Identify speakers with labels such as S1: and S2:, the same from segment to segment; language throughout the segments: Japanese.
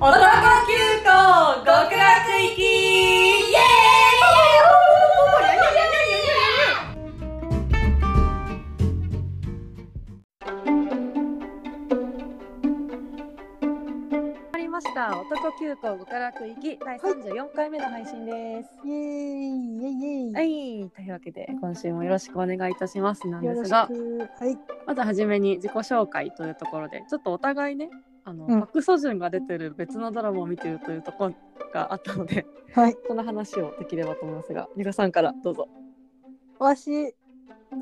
S1: 男急行極楽行きイエーイ
S2: 始まりました男急行極楽行き第34回目の配信です、
S3: イエーイイエイイエイ、
S2: はい、というわけで今週もよろしくお願いいたしますなん
S3: よ
S2: で
S3: ろ
S2: す
S3: しく
S2: が
S3: はい
S2: まずはじめに自己紹介というところでちょっとお互いねあの、
S3: うん
S2: パク・ソジュンが出てる別のドラマを見ているというところがあったので
S3: はい
S2: その話をできればと思いますが皆さんからどうぞ
S3: わし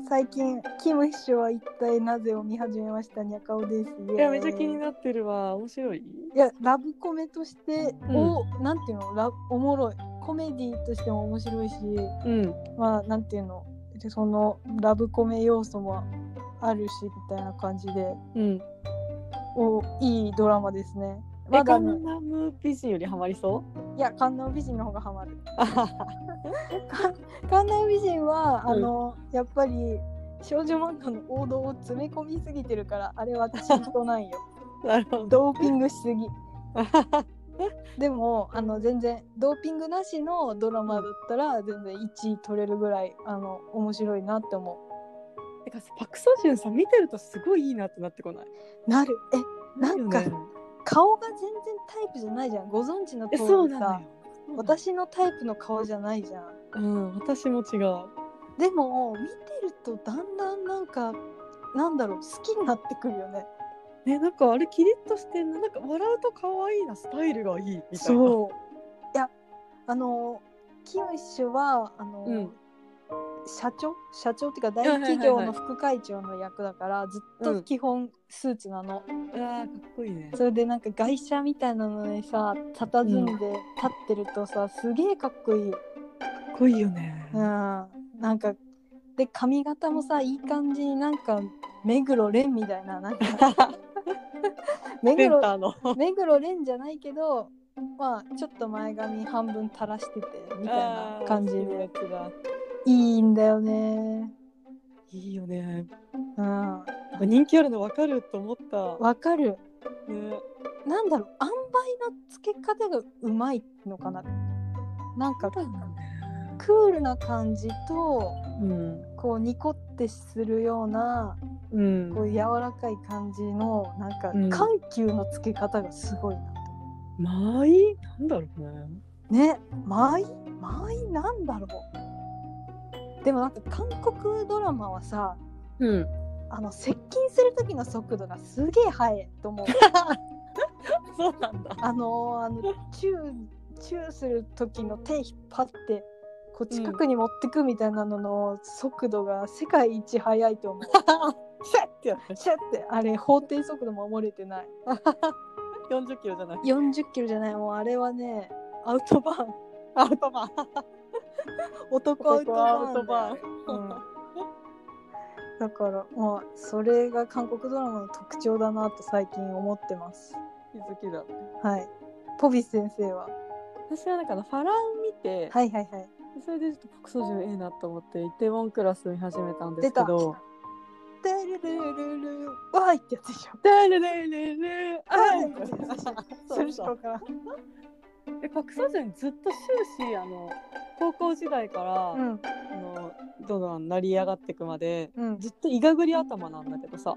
S3: 最近キム秘書は一体なぜを見始めましたにゃかおですイエーイ
S2: いやめっちゃ気になってるわ面白い
S3: いやラブコメとして、
S2: うん
S3: おなんていうのラおもろいコメディとしても面白いし
S2: うん
S3: まあなんていうのでそのラブコメ要素もあるしみたいな感じで
S2: うん
S3: おいいドラマですね
S2: え
S3: まだ
S2: ガ
S3: あの
S2: ンダム美人よりハマりそう
S3: いや観音美人の方がハマる
S2: あはは
S3: 観音美人は
S2: うん
S3: あの、やっぱり少女漫画の王道を詰め込みすぎてるからあれは私とな いよ
S2: なるほど
S3: ドーピングしすぎ
S2: あはは
S3: でもあの全然ドーピングなしのドラマだったら全然1位取れるぐらいあの面白いなって思
S2: てかさパク・ソジュンさん見てるとすごいいいなってなってこないう
S3: なるえなんか
S2: るよね
S3: 顔が全然タイプじゃないじゃんご存知の
S2: えそう
S3: 通
S2: な
S3: り
S2: のよ
S3: さ私のタイプの顔じゃないじゃん
S2: うん私も違う
S3: でも見てるとだんだんなんかなんだろう好きになってくるよね
S2: えなんかあれキリッとしてんななんか笑うと可愛いなスタイルがいいみたいな
S3: そういやあのキム氏はあの、
S2: うん
S3: 社長社長っていうか
S2: いは
S3: 大
S2: いはい
S3: 企業の副会長の役だからずっと基本スーツなの、
S2: うわーかっこいいね
S3: それでなんか外車みたいなのにさ佇んで立ってるとさ、すげえかっこいい、うん、
S2: かっこいいよね
S3: なんかで髪型もさいい感じになんか目黒蓮みたいなな んか目
S2: セン
S3: 黒
S2: ターの
S3: 目黒蓮じゃないけどまあちょっと前髪半分垂らしててみたいな感じ
S2: あー好きな
S3: で
S2: やつが
S3: いいんだよね
S2: いいよね
S3: うん
S2: 人気あるの分かると思った
S3: わかる
S2: ね
S3: なんだろう塩梅のつけ方がうまいのかななんかクールな感じと
S2: うん
S3: こうニコってするような
S2: うん
S3: こう柔らかい感じのなんか
S2: うん
S3: 緩急のつけ方がすごいなと、
S2: まあいいなんだろうね
S3: ね舞舞なんだろうでもなんか韓国ドラマはさ
S2: うん
S3: あの接近する時の速度がすげえ速い と思う
S2: そうなんだ
S3: あのーあのチューチューする時の手引っ張ってこう近くに持ってくみたいなのの速度が世界一速いと思う、
S2: シャッてやった
S3: シャってあれ法定速度守れ てない
S2: 40キロじゃない
S3: 40キロじゃないもうあれはねアウトバーン
S2: アウトマン
S3: 男アウトバー
S2: 男
S3: ン
S2: アウトバーン
S3: うん だからまあそれが韓国ドラマの特徴だなと最近思ってます
S2: 気づきだ
S3: はいポビス先生は
S2: 私はなんかあのファラン見て、
S3: はいはいはい
S2: それでちょっとパクソジュンええなと思ってイテウォンクラス見始めたんですけど
S3: てるるるるるわーいってやつでしょ
S2: ダルルルルあ
S3: はい
S2: そ
S3: そうれしか
S2: そう
S3: わからん
S2: でパクソジュンずっと終始あの高校時代から、
S3: うん
S2: あのどんどん成り上がっていくまで
S3: うん
S2: ずっといがぐり頭なんだけどさ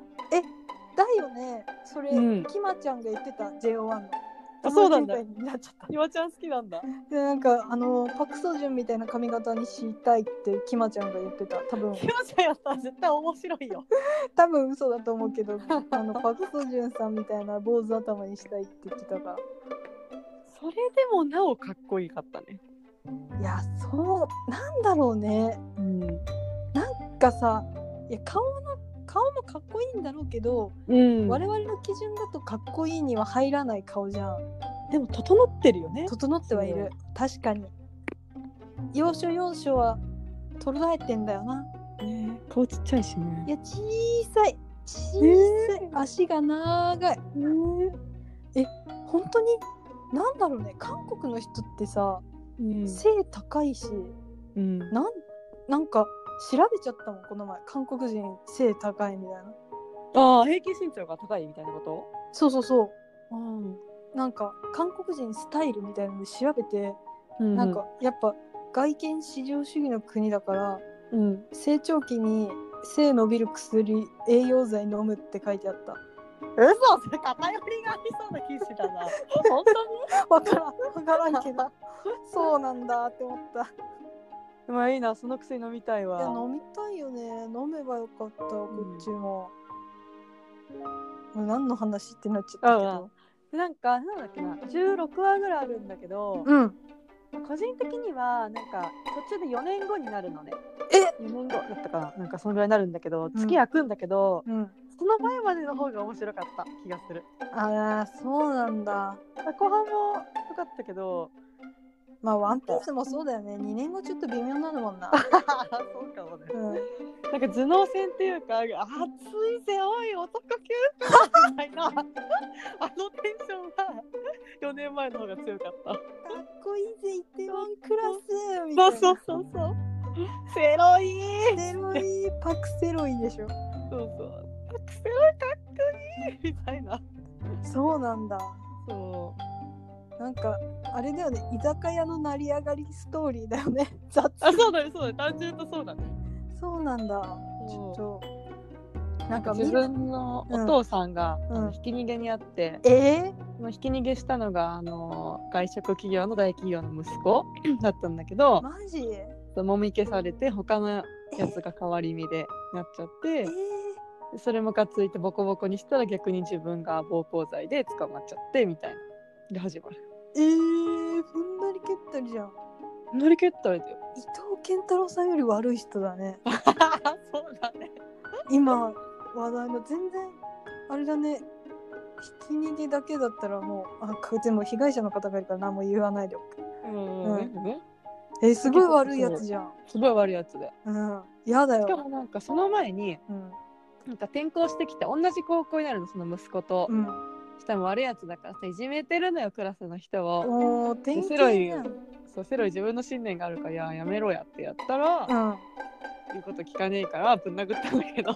S3: だよねそれ、
S2: うん
S3: きまちゃんが言ってた JO1 の
S2: あそうなんだ
S3: 友達みたいになっちゃった
S2: 岩ちゃん好きなんだ
S3: でなんかあのパク・ソジュンみたいな髪型にしたいってきまちゃんが言ってた多分
S2: 岩ちゃんやったら絶対面白いよ
S3: 多分嘘だと思うけ どあのパク・ソジュンさんみたいな坊主頭にしたいって言ってたか
S2: それでもなおかっこいいかったね
S3: らいやそうなんだろうね
S2: うん、
S3: がさいや顔の顔もかっこいいんだろうけど、
S2: うん、
S3: 我々の基準だとかっこいいには入らない顔じゃん
S2: でも整ってるよね
S3: 整ってはいる確かに要所要所は捉えてんだよな
S2: ね顔ちっちゃいしね
S3: いや小さい小さい、足が長い本当になんだろうね韓国の人ってさ、
S2: うん
S3: 背高いし
S2: うん
S3: なんなんか調べちゃったもんこの前韓国人背高いみたいな
S2: ああ平均身長が高いみたいなこと
S3: そうそうそう
S2: うん
S3: なんか韓国人スタイルみたいなので調べて、
S4: うん
S3: なんかやっぱ外見至上主義の国だから
S4: うん
S3: 成長期に背伸びる薬栄養剤飲むって書いてあった
S2: 嘘それ偏りがありそうな記事だな 本当に
S3: わからんわからんけどそうなんだって思った
S2: まあいいなその薬飲みたい
S3: いや
S2: わ
S3: 飲みたいよね飲めばよかったこ
S2: ん
S3: っちも、もう何の話ってなっちゃったけど
S4: でなんかなんだっけな16話ぐらいあるんだけど、
S3: うん
S4: 個人的にはなんか途中で4年後になるのね
S2: 4年後だったかななんかそのぐらいになるんだけど月開くんだけど、
S3: うん
S2: その前までの方が面白かった気がする
S3: ああそうなんだ
S2: 後半も良かったけど
S3: まあワンピースもそうだよね2年後ちょっと微妙なのもん な、
S2: そうかもね
S3: うん、
S2: なんか頭脳戦っていうか熱いぜおい男級みたいなあ のテンションは4年前の方が強かった
S3: かっこいいぜイテウォンクラスみた
S2: そ
S3: いうな
S2: そうそうそうセロイ
S3: セロイパクセロイでしょ
S2: そうそうクセロイかっこいいみたいな
S3: そうなんだ
S2: そ
S3: なんかあれだよね居酒屋の成り上がりストーリーだよね 雑
S2: うあそうだねそうだね単純とそうだね
S3: そうなんだち
S2: そ
S3: ょ
S2: う
S3: っとなんか
S2: 自分のお父さんが、
S3: うん
S2: あのひき逃げにあって、
S3: えー、
S2: そのひき逃げしたのがあの外食企業の大企業の息子だったんだけど、
S3: マジえ
S2: もみ消されて他のやつが変わり身でなっちゃって
S3: ー、
S2: それもかついてボコボコにしたら逆に自分が暴行罪で捕まっちゃってみたいなで始まる
S3: えー、ふんだり蹴ったりじゃん
S2: 乗り切ったらだよ
S3: 伊藤健太郎さんより悪い人だね
S2: そうだね
S3: 今話題の全然あれだねひき逃げだけだったらもうあこいつもう被害者の方がいるから何も言わないでおく
S2: うん、
S3: えーすごい悪いやつじゃん
S2: すごい悪いやつで
S3: うんやだ
S2: しか
S3: よ
S2: もなんかその前に
S3: うん
S2: なんか転校してきて同じ高校になるのその息子と、
S3: うん
S2: したらもう悪いやつだからさいじめてるのよクラスの人を、
S3: おお典型
S2: セロイ
S3: やん
S2: そうセロイ自分の信念があるからいややめろやってやったら、
S3: うん
S2: 言うこと聞かねえからぶん殴ったんだけど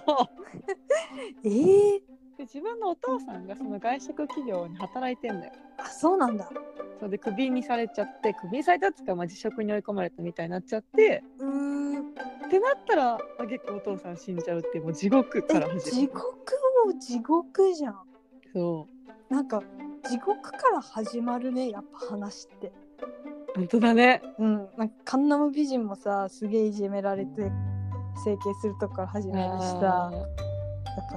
S3: えー、
S2: で自分のお父さんがその外食企業に働いてんだよ
S3: あそうなんだ
S2: それでクビにされちゃってクビにされたっつうか、まあ、辞職に追い込まれたみたいになっちゃって
S3: うーん
S2: ってなったら、まあ、結構お父さん死んじゃうってもう地獄
S3: え
S2: から始まる
S3: 地獄も地獄じゃん
S2: そう
S3: なんか地獄から始まるねやっぱ話って
S2: 本当だね
S3: うんなんかカンナム美人もさすげえいじめられて整形するとこから始まるしさ
S2: あ
S3: や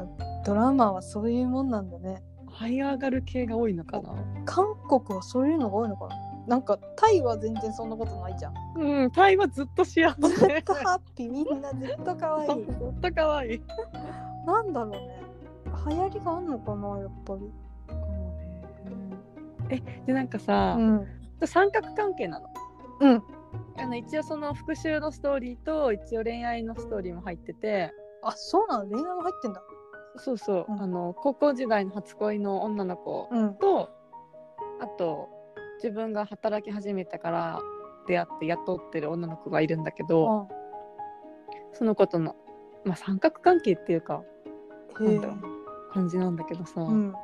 S3: っぱドラマはそういうもんなんだね
S2: ー這い上がる系が多いのかな
S3: 韓国はそういうのが多いのかななんかタイは全然そんなことない じゃん
S2: うんタイはずっと幸せ
S3: ずっとハッピーみんなずっと可愛い
S2: ずっと可愛い
S3: なんだろうね流行りがあんのかなやっぱり
S2: えでなんかさ、
S3: うん
S2: 三角関係なの
S3: うん
S2: あの一応その復讐のストーリーと一応恋愛のストーリーも入ってて
S3: あそうなの恋愛も入ってんだ
S2: そうそう、
S3: うん
S2: あの高校時代の初恋の女の子
S3: うん
S2: とあと自分が働き始めたから出会って雇ってる女の子がいるんだけど、
S3: あ
S2: その子との、まあ、三角関係っていうか
S3: へ
S2: なん
S3: え
S2: だろう感じなんだけどさ、
S3: うん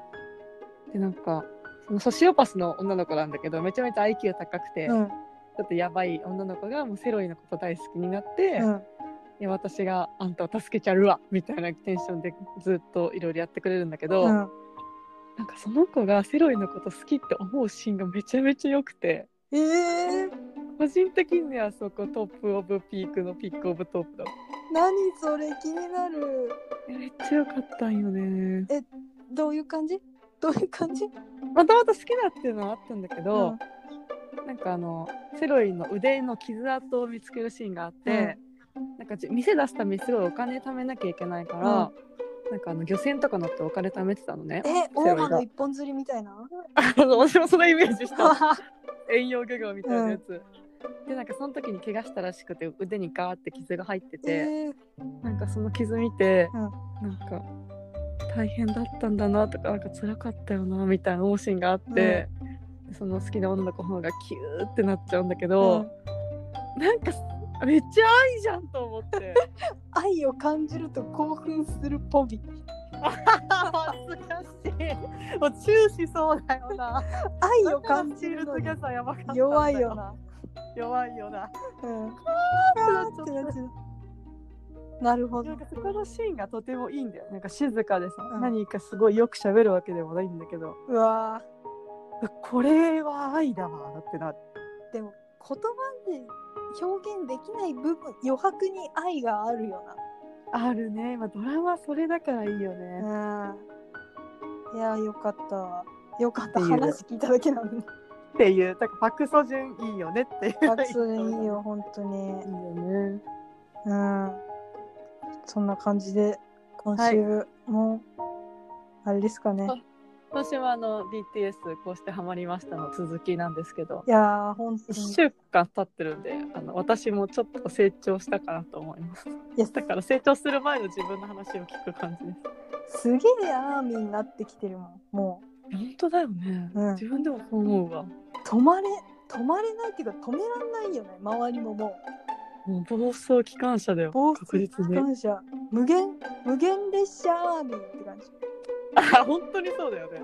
S2: でなんかそのソシオパスの女の子なんだけどめちゃめちゃ IQ 高くて、
S3: う
S2: ち
S3: ん
S2: ょっとやばい女の子がもうセロイのこと大好きになって、
S3: うん
S2: いや私があんたを助けちゃうわみたいなテンションでずっといろいろやってくれるんだけど、
S3: うん
S2: なんかその子がセロイのこと好きって思うシーンがめちゃめちゃ良くて
S3: ええ
S2: 個人的にはそこトップオブピークのピックオブトップだ
S3: 何それ気になる
S2: いやめっちゃ良かったんよね
S3: どういう感じどういう感じ
S2: もともと好きだっていうのはあったんだけ
S3: う
S2: ど
S3: ん、
S2: なんかあのセロイの腕の傷跡を見つけるシーンがあって、なんかじ店出すためにすごいお金貯めなきゃいけないから、なんかあの漁船とか乗ってお金貯めてたのね
S3: え
S2: セロ
S3: 大
S2: イが
S3: 間の一本釣りみたいな
S2: 私もそのイメージ した遠洋漁業みたいなやつ、でなんかその時に怪我したらしくて腕にガーって傷が入って
S3: え
S2: て、
S3: ー
S2: なんかその傷見て、
S3: うん
S2: なんか大変だったんだなとかなんか辛かったよなみたいな方針があって、その好きな女の子の方がキューってなっちゃうんだけど、なんかめっちゃ愛じゃんと思って
S3: 愛を感じると興奮するポビ
S2: あずかしいもうチューしそうだよ な
S3: 愛を感じるの
S2: チ
S3: に
S2: ューすぎさやばかったんだ
S3: 弱いよな。
S2: 弱いよ な
S3: うん。
S2: ーってなっ
S3: なるほ
S2: な
S3: ど
S2: ん。かそこのシーンがとてもいいんだよなんか静かでさ、
S3: うん
S2: 何かすごいよく喋るわけでもないんだけど
S3: うわ
S2: これは愛だわってな
S3: ーでも言葉で表現できない部分余白に愛があるよ
S2: あるね、まあ、ドラマそれだからいいよね、
S3: な。うん。いやーよかったわ。よかった
S2: って いう
S3: 話聞いただけなのに。
S2: っていうだからパク・ソジュンいいよねっていう
S3: あそれいいよ本当に
S2: いい。よね
S3: うん。そんな感じで今週も、あれですかね。
S2: 今週はあの BTS こうしてハマりましたの続きなんですけど
S3: いやー本当に。
S2: 1週間経ってるんであの私もちょっと成長したかなと思います
S3: いや
S2: だから成長する前の自分の話を聞く感じです
S3: すげえアーミーになってきてるもん。もう
S2: 本当だよね、
S3: うん
S2: 自分でもそう思うわ
S3: 止まれ止まれないっていうか止めらんないよね周りももう。
S2: もう暴走機関車だよ
S3: 暴
S2: 確
S3: 走機
S2: 実に
S3: 関車無限無限列車アーミーって感じ
S2: あ本当にそうだよね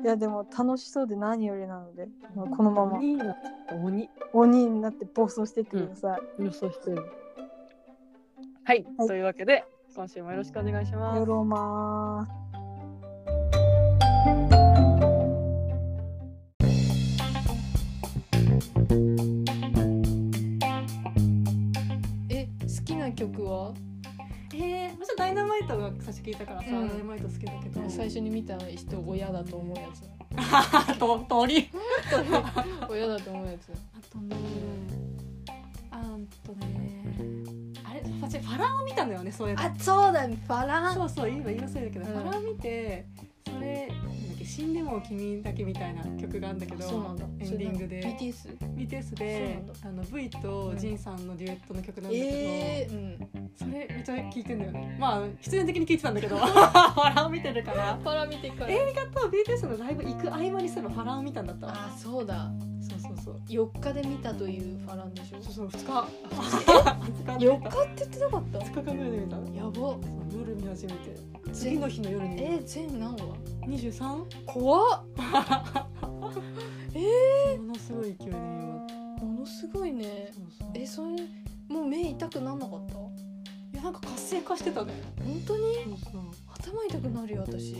S3: いやでも楽しそうで何よりなので、まあこのまま
S2: 鬼になっちゃった鬼
S3: 鬼になって暴走してってください、
S2: 予想してるはい、
S3: はい
S2: というわけで今週もよろしくお願いします
S3: よろまー
S5: え好きな曲は
S6: えー、私はダイナマイトが最初聞いたからさ、
S5: うん
S6: ダイナマイト好きだけど、
S5: 最初に見た人親だと思うや つ
S6: と鳥
S5: 親だと思うやつ
S6: あとねあんとねあれ私ファラオ見たのよねそういえば
S5: そうだねファラ
S6: そうそう今言い忘れたけど、
S5: うん
S6: ファラオ見てそれなんだっけ死んでも君だけみたいな曲があるんだけど
S5: そうなんだ
S6: エンディングで
S5: それなの BTS
S6: BTS であの V とジンさんのデュエットの曲なんだけど、
S5: ええうん
S6: それめっちゃ聞いてんだよねまあ必然的に聞いてたんだけ どファラオ見てるから
S5: ファラ見てから
S6: 映画と BTS のライブ行く合間にすればファラオ見たんだったわ
S5: あそうだ
S6: そうそうそう
S5: 四日で見たというファランでしょ
S6: そうそう2日
S5: え
S6: 2
S5: 四
S6: 日
S5: 日って言ってなかった
S6: 2日間ぐらいで見たそう
S5: やば
S6: 夜見始めて次
S5: 全
S6: の日の夜に
S5: え全何話
S6: 23?
S5: 怖っ
S6: ものすごい勢いで見終わって
S5: ものすごいね
S6: そうそう
S5: えそれもう目痛くなんなかった本
S6: いやなんか活性化してたね
S5: 当に
S6: そうそ
S5: 頭痛くなるよ私
S6: う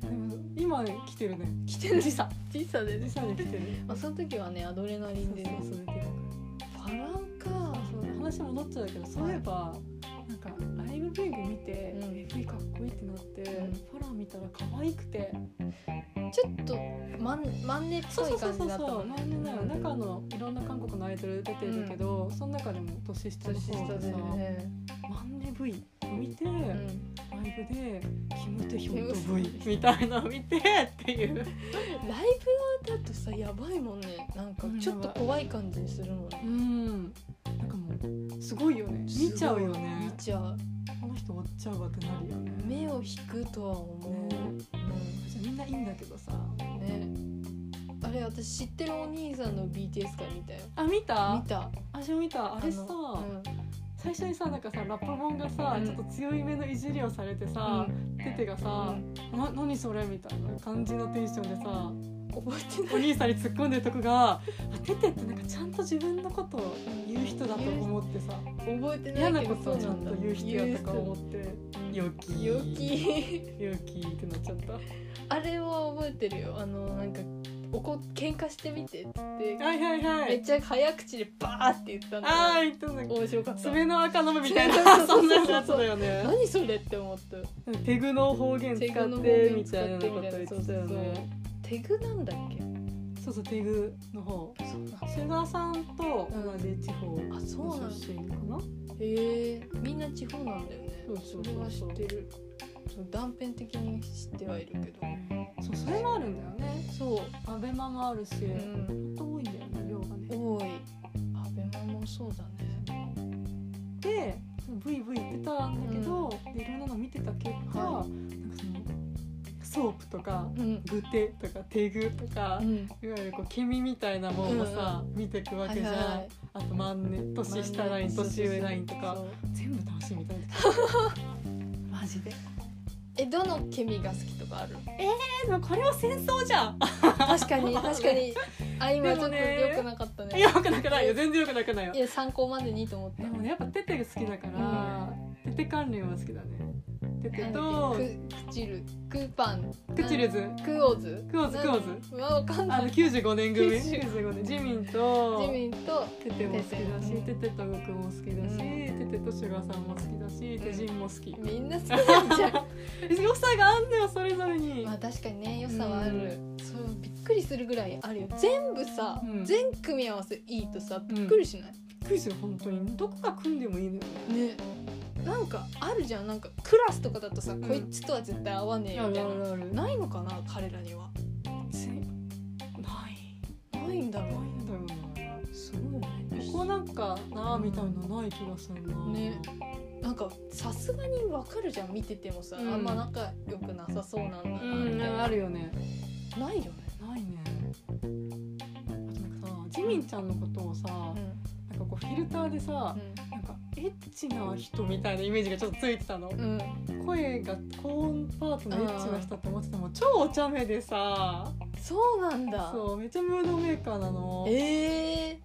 S6: でも今来てるね
S5: 来てる時差時差で
S6: 実
S5: ね、
S6: 際に来てる
S5: まあ、その時はねアドレナリ
S6: そ
S5: ン
S6: う
S5: で
S6: そうそう出てるから
S5: パランか
S6: そう話戻っちゃうけどそういえばなんかライブビューイング見て
S5: うん
S6: AV かっこいいってなって
S5: うん
S6: ファラー見たら可愛くて
S5: ちょっとマンマンネっ
S6: そう
S5: ぽ
S6: そ
S5: いう
S6: そうそう
S5: 感じだった
S6: そ
S5: も
S6: うん前のね中のいろんな韓国のアイドル出てるけどその中でも年下の
S5: 年
S6: 方
S5: 下
S6: が
S5: だ
S6: さ
S5: よね
S6: マンネ V を見てラ
S5: う
S6: イ
S5: ん
S6: ブでキムテヒョンと V みたいなの見てっていう
S5: ライブだとさやばいもんねなん
S6: う
S5: か
S6: ん
S5: ちょっと怖い感じにするもんね
S6: うんなんかもうすごいよね見ちゃうよね
S5: 見ちゃう
S6: この人追っちゃうわってなるよね
S5: 目を引くとは思う、
S6: みんないいんだけどさ
S5: うん、ねあれ私知ってるお兄さんの BTS 回見たよ
S6: あ見た
S5: 見た
S6: 私も見たあれさ
S5: のうん
S6: 最初にさなんかさラップモンがさ、
S5: うん
S6: ちょっと強いめのいじりをされてさ、テテがさ「
S5: う
S6: な何それ?」みたいな感じのテンションでさ
S5: 覚えてない
S6: お兄さんに突っ込んでるとこがあテテってなんかちゃんと自分のことを言う人だと思ってさ
S5: 覚えて
S6: 嫌
S5: な
S6: ない
S5: け
S6: こと
S5: どそ
S6: を
S5: う
S6: ち
S5: な
S6: ゃ
S5: ん
S6: ん
S5: だ
S6: と言う人だとか思ってよき
S5: よき
S6: よきってなっちゃった
S5: あれは覚えてるよあのなんかおこ喧嘩してみてっつって
S6: はいはいは
S5: めっ
S6: い
S5: ちゃ早口でバーって言ったん
S6: あー
S5: だよ
S6: 言ったんだっけ
S5: 面白かった
S6: 爪の赤飲むみたい
S5: そ
S6: な
S5: うそ
S6: そんな
S5: うそ
S6: や
S5: う
S6: つ
S5: そう
S6: だったよね
S5: 何それって思った
S6: テグの方言使
S5: テグの
S6: っ
S5: 方
S6: て
S5: 言
S6: み
S5: 使った
S6: いな
S5: てみ
S6: こと
S5: たい
S6: 言
S5: な
S6: って
S5: そう
S6: た
S5: そ
S6: よ
S5: うそう
S6: ね
S5: テグなんだっけ
S6: そうそうテグの方シュガーさんと同じ地方
S5: あそうなん
S6: の
S5: だ
S6: 出身かな
S5: へえみんな地方なんだよね
S6: そう
S5: そ
S6: そうそう
S5: れは知ってるそう断片的に知ってはいるけど
S6: そうそれもあるんだよね
S5: そ
S6: アベマもあるし
S5: う、う
S6: 本
S5: ん、
S6: 当多いんだよね量がね
S5: 多いアベマもそうだね
S6: でそのブイブイ言ってたんだけど、でいろんなの見てた結果、
S5: は
S6: なんかそのソープとか
S5: うん
S6: グテとかテグとか
S5: う、ん
S6: いわゆるこうケミみたいなものをさ、見ていくわ
S5: は
S6: け
S5: い
S6: じゃん、
S5: はい
S6: あとマンネ年下ライン年上ラインとか
S5: そう
S6: 全部楽しみたいマジで
S5: えどのケミが好きとかある
S6: でもこれは戦争じゃん
S5: 確 かに確かにあ今ちょっと良くなかったね
S6: よくなくないよ全然よくなくないよ
S5: いや参考までにと思った
S6: でもねやっぱテテが好きだから、テテ関連は好きだねテテ
S5: なん
S6: と
S5: だっけククチルクパン
S6: クチルズ
S5: なんクオズ
S6: クオズクオズ
S5: うわわかん
S6: あ
S5: な
S6: の
S5: い
S6: 95年組
S5: 90
S6: 95年ジミンと
S5: ジミンと
S6: テテも好きだし
S5: テ
S6: テ
S5: テ
S6: テとグクも好きだし、
S5: う
S6: テテとシュガーさんも好きだし、
S5: ん
S6: テジンも好き、
S5: みんな好きなんじゃん
S6: 良さがあんのよそれぞれに、
S5: まあ確かにね良さはあ
S6: う
S5: るそうびっくりするぐらいあるよ全部さ、
S6: うん
S5: 全組み合わせいいとさ
S6: ん
S5: びっくりしない、
S6: びっくりする本当にどこが組んでもいいのよ
S5: ねなんかあるじゃんなんかクラスとかだとさ、
S6: ん
S5: こいつとは絶対合わねえみたいな、
S6: ある
S5: ないのかな彼らには
S6: ぜない
S5: ないんだろ
S6: な
S5: う
S6: いんだよなそうここなんかなあみたいなない気がするな
S5: ねなんかさすがにわかるじゃん見ててもさ、
S6: うん
S5: あんま仲良くなさそうなんだな
S6: うん
S5: みたいな、
S6: あるよね
S5: ないよね、
S6: ないねあとなんかさジミンちゃんのことをさ、なんかこうフィルターでさ、なんかエッチな人みたいなイメージがちょっとついてたの、
S5: うんうん
S6: 声が高音パートのエッチな人って思ってても超お茶目でさ
S5: そうなんだ
S6: そうめっちゃムードメーカーなの
S5: ええ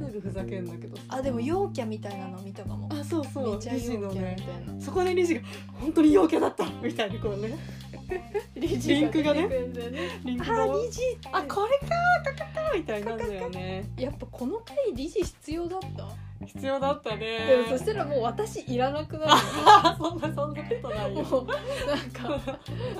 S6: なんかふざけんだけどさ
S5: あでも陽キャみたいなの見たかも
S6: あそうそ
S5: め
S6: う
S5: っちゃ
S6: 理
S5: 陽キ
S6: 事
S5: ャ
S6: の
S5: みた
S6: ね
S5: いな、
S6: そこで理事が本当に陽キャだったみたいなこうね
S5: リ
S6: ジが出てく
S5: ね
S6: リンクが
S5: あリジ
S6: あこれかかかかみたいになんだよね
S5: やっぱこの回リジ必要だった、
S6: 必要だったね
S5: でもそしたらもう私いらなくなる
S6: あそんなそんなことない よ
S5: もうなんか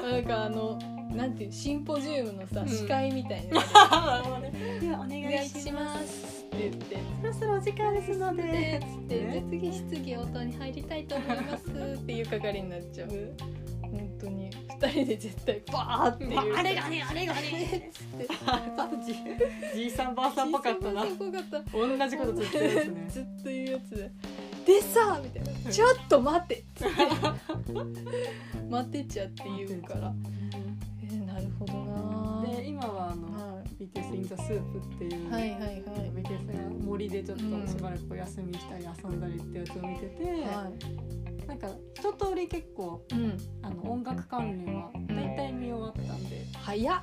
S5: なんかあのなんていうシンポジウムのさ、
S6: うん
S5: 司会みたいな
S6: ではお願
S5: お願いしますって言って
S6: そろそろお時間ですの
S5: で
S6: で
S5: つってで次質疑応答に入りたいと思いますっていう係になっちゃう本当に二人で絶対バーっていうあれがねあれがねつ って
S6: ちょっとじじいさんばあさんっぽかったな
S5: 小さい子がさ
S6: 同じことずっと言ってますね
S5: ずっと言うやつで「でさ」みたいな「ちょっと待 て」つって「待てちゃ」って言うからえー、なるほどなー
S6: で今はあの
S5: は
S6: BTS インザスープってい、
S5: いうはいはいはい
S6: BTS が森でちょっとしばらくお休みしたり遊んだりってやつを見てて、
S5: はい
S6: なんか一通り結構
S5: うん
S6: あの音楽関連は大体見終わったんで、
S5: 早っ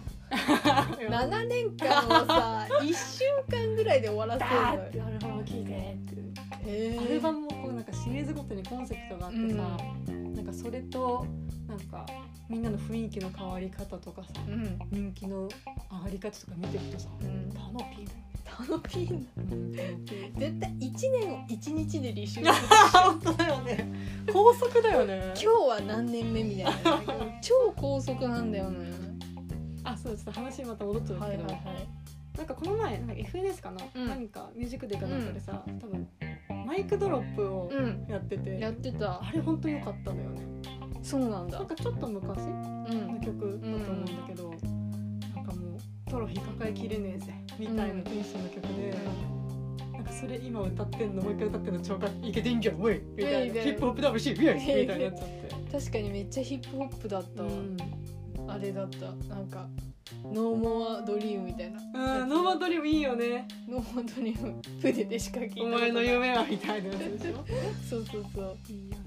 S5: 7年間を さ1週間ぐらいで終わらせるのよ
S6: アルバム聴いてって
S5: へー
S6: アルバムもこうなんかシリーズごとにコンセプトがあってさ、なんかそれとなんかみんなの雰囲気の変わり方とかさ
S5: うん
S6: 人気の上がり方とか見てるとさ
S5: うん
S6: タノピーだ
S5: タノピー
S6: よね
S5: 絶対1年を1日で履修す る
S6: 本当だよね高速だよね
S5: 今日は何年目み たいな超高速なんだよね
S6: あそうちょっと話また戻っちゃうんですけど、
S5: い
S6: なんかこの前なんか FNS かな、
S5: うん
S6: 何かミュージックデーかなんかでさ、多分マイクドロップを
S5: うん
S6: やってて、
S5: やってた
S6: あれ本当良かったのよね
S5: そうなんだ
S6: なんかちょっと昔の
S5: うん
S6: 曲だと思うんだけど、なんかもうトロフィー抱えきれねえぜみたいなテンションの曲で、なんかそれ今歌ってんのもう一回歌ってんの超かっいけてんじゃんおいみたい
S5: みた
S6: ないヒ
S5: な
S6: ップホップだしイエイみたいになっちゃって、
S5: 確かにめっちゃヒップホップだったわ、
S6: うん
S5: あれだったなんかノーモアドリームみたいな
S6: うんノーマンドリームいいよね
S5: ノーモアドリーム筆でしか聞いたこ
S6: お
S5: とない
S6: 前の夢はみたいなやつでしょ
S5: そうそうそう
S6: いいよ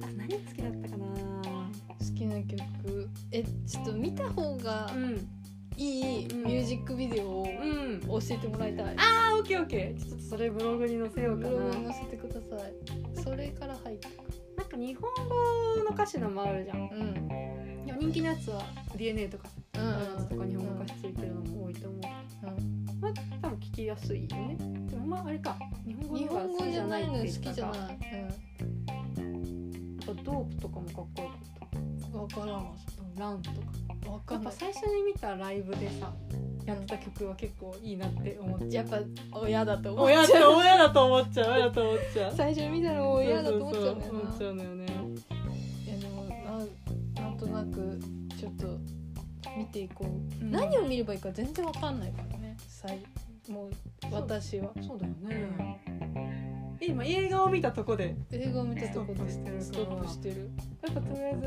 S6: なあ何好きだったかな
S5: 好きな曲えちょっと見た方が
S6: うん
S5: いい
S6: うん
S5: ミュージックビデオを
S6: うん
S5: 教えてもらいたい、
S6: あオッケーオッケーちょっとそれブログに載せよう
S5: ブ
S6: か
S5: ロ
S6: な
S5: グに載せてくださいそれから入って
S6: なんか日本語の歌詞のもあるじゃん
S5: うんうん
S6: でも人気のやつは DNA とか
S5: う
S6: ああいうやつと
S5: ん
S6: か日本語歌詞ついてるのも多いと思うまあ多分聞きやすいよねでもまああれか日本語
S5: 日
S6: の方が好
S5: 本語
S6: き
S5: じ
S6: じ
S5: ゃ
S6: ゃ
S5: な
S6: ないいっ
S5: の
S6: て
S5: 好
S6: 言って
S5: きじ
S6: た
S5: ゃ
S6: か
S5: ない、
S6: あとドープとかもかっこよかった
S5: うん、分からんわ
S6: あとランとか
S5: 分か
S6: やっ
S5: んな
S6: ぱ
S5: い
S6: 最初に見たライブでさやってた曲は結構いいなって思っちゃ
S5: やっぱ親だと
S6: う
S5: 思っ
S6: 親
S5: ちゃう
S6: 親だと思っちゃう親だと思っちゃう
S5: 最初見たの親だと思っちゃうんだよ
S6: そうそうそう思
S5: な
S6: っちゃうのよね
S5: いやでもななんとなくちょっと見ていこう、
S6: うん
S5: 何を見ればいいか全然わかんないからね最もう私は
S6: そうだよね今映画を見たとこで
S5: 映画を見た
S6: ス
S5: と
S6: ト
S5: こ
S6: ップしてる
S5: で
S6: から
S5: ストップしてる
S6: やっぱとりあえず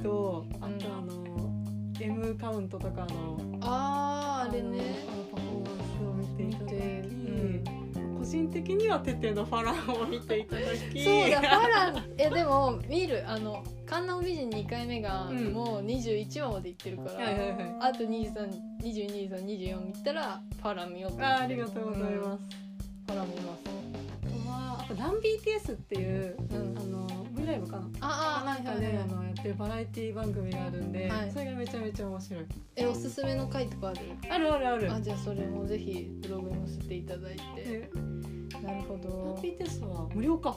S6: MV とあ
S5: うん
S6: とあの、M カウントとかの
S5: あーあれね
S6: あのパフォーマンスを見てい
S5: 見
S6: ただき、
S5: て、
S6: 個人的にはテテのファランを見ていただき
S5: そうだファランえでも見るあの観音美人2回目が
S6: うん
S5: もう21話までいってるから、
S6: はいはいはい
S5: あと23222324見たらパラ見ようと思っ
S6: あ
S5: て
S6: ーありがとうございます、パラ見ますあとはあとラン BTS っていう、
S5: うん
S6: あの未来部かな
S5: ああ
S6: なんか
S5: はいはい
S6: ね
S5: は
S6: あ
S5: い
S6: のやってるバラエティ番組があるんで、
S5: はい
S6: それがめちゃめちゃ面白い
S5: えおすすめの回とかある
S6: あるあるある
S5: あじゃあそれもぜひブログに載せていただいて
S6: で
S5: なるほ
S6: ラン
S5: ど
S6: BTS は無料か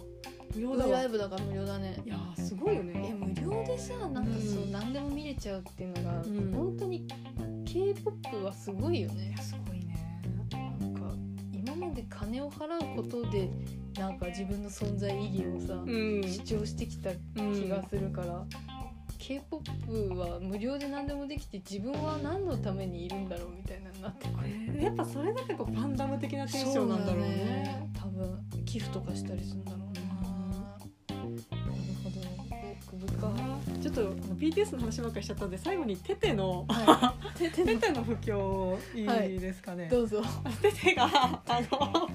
S6: 無料だわ
S5: ライ
S6: い
S5: ブだから無料だね
S6: やーすごいよ
S5: え
S6: ね
S5: 無料でさなんかそう、
S6: うん
S5: 何でも見れちゃうっていうのが、
S6: うん
S5: 本当に k p o p はすごいよね
S6: すごいね
S5: なんか今まで金を払うことでなんか自分の存在意義をさ、
S6: うん
S5: 主張してきた気がするから、k p o p は無料で何でもできて自分は何のためにいるんだろうみたいなのになってくる
S6: やっぱそれなんかこうファンダム的なテンションなんだろうね
S5: 多分寄付とかしたりするんだろうな、なるほど奥深い
S6: ちょっとあの BTS の話ばっかりしちゃったんで最後にテテの
S5: はい、てて
S6: テ
S5: の
S6: テの不況をい
S5: はい
S6: いですかね、
S5: どうぞ。
S6: テテがあの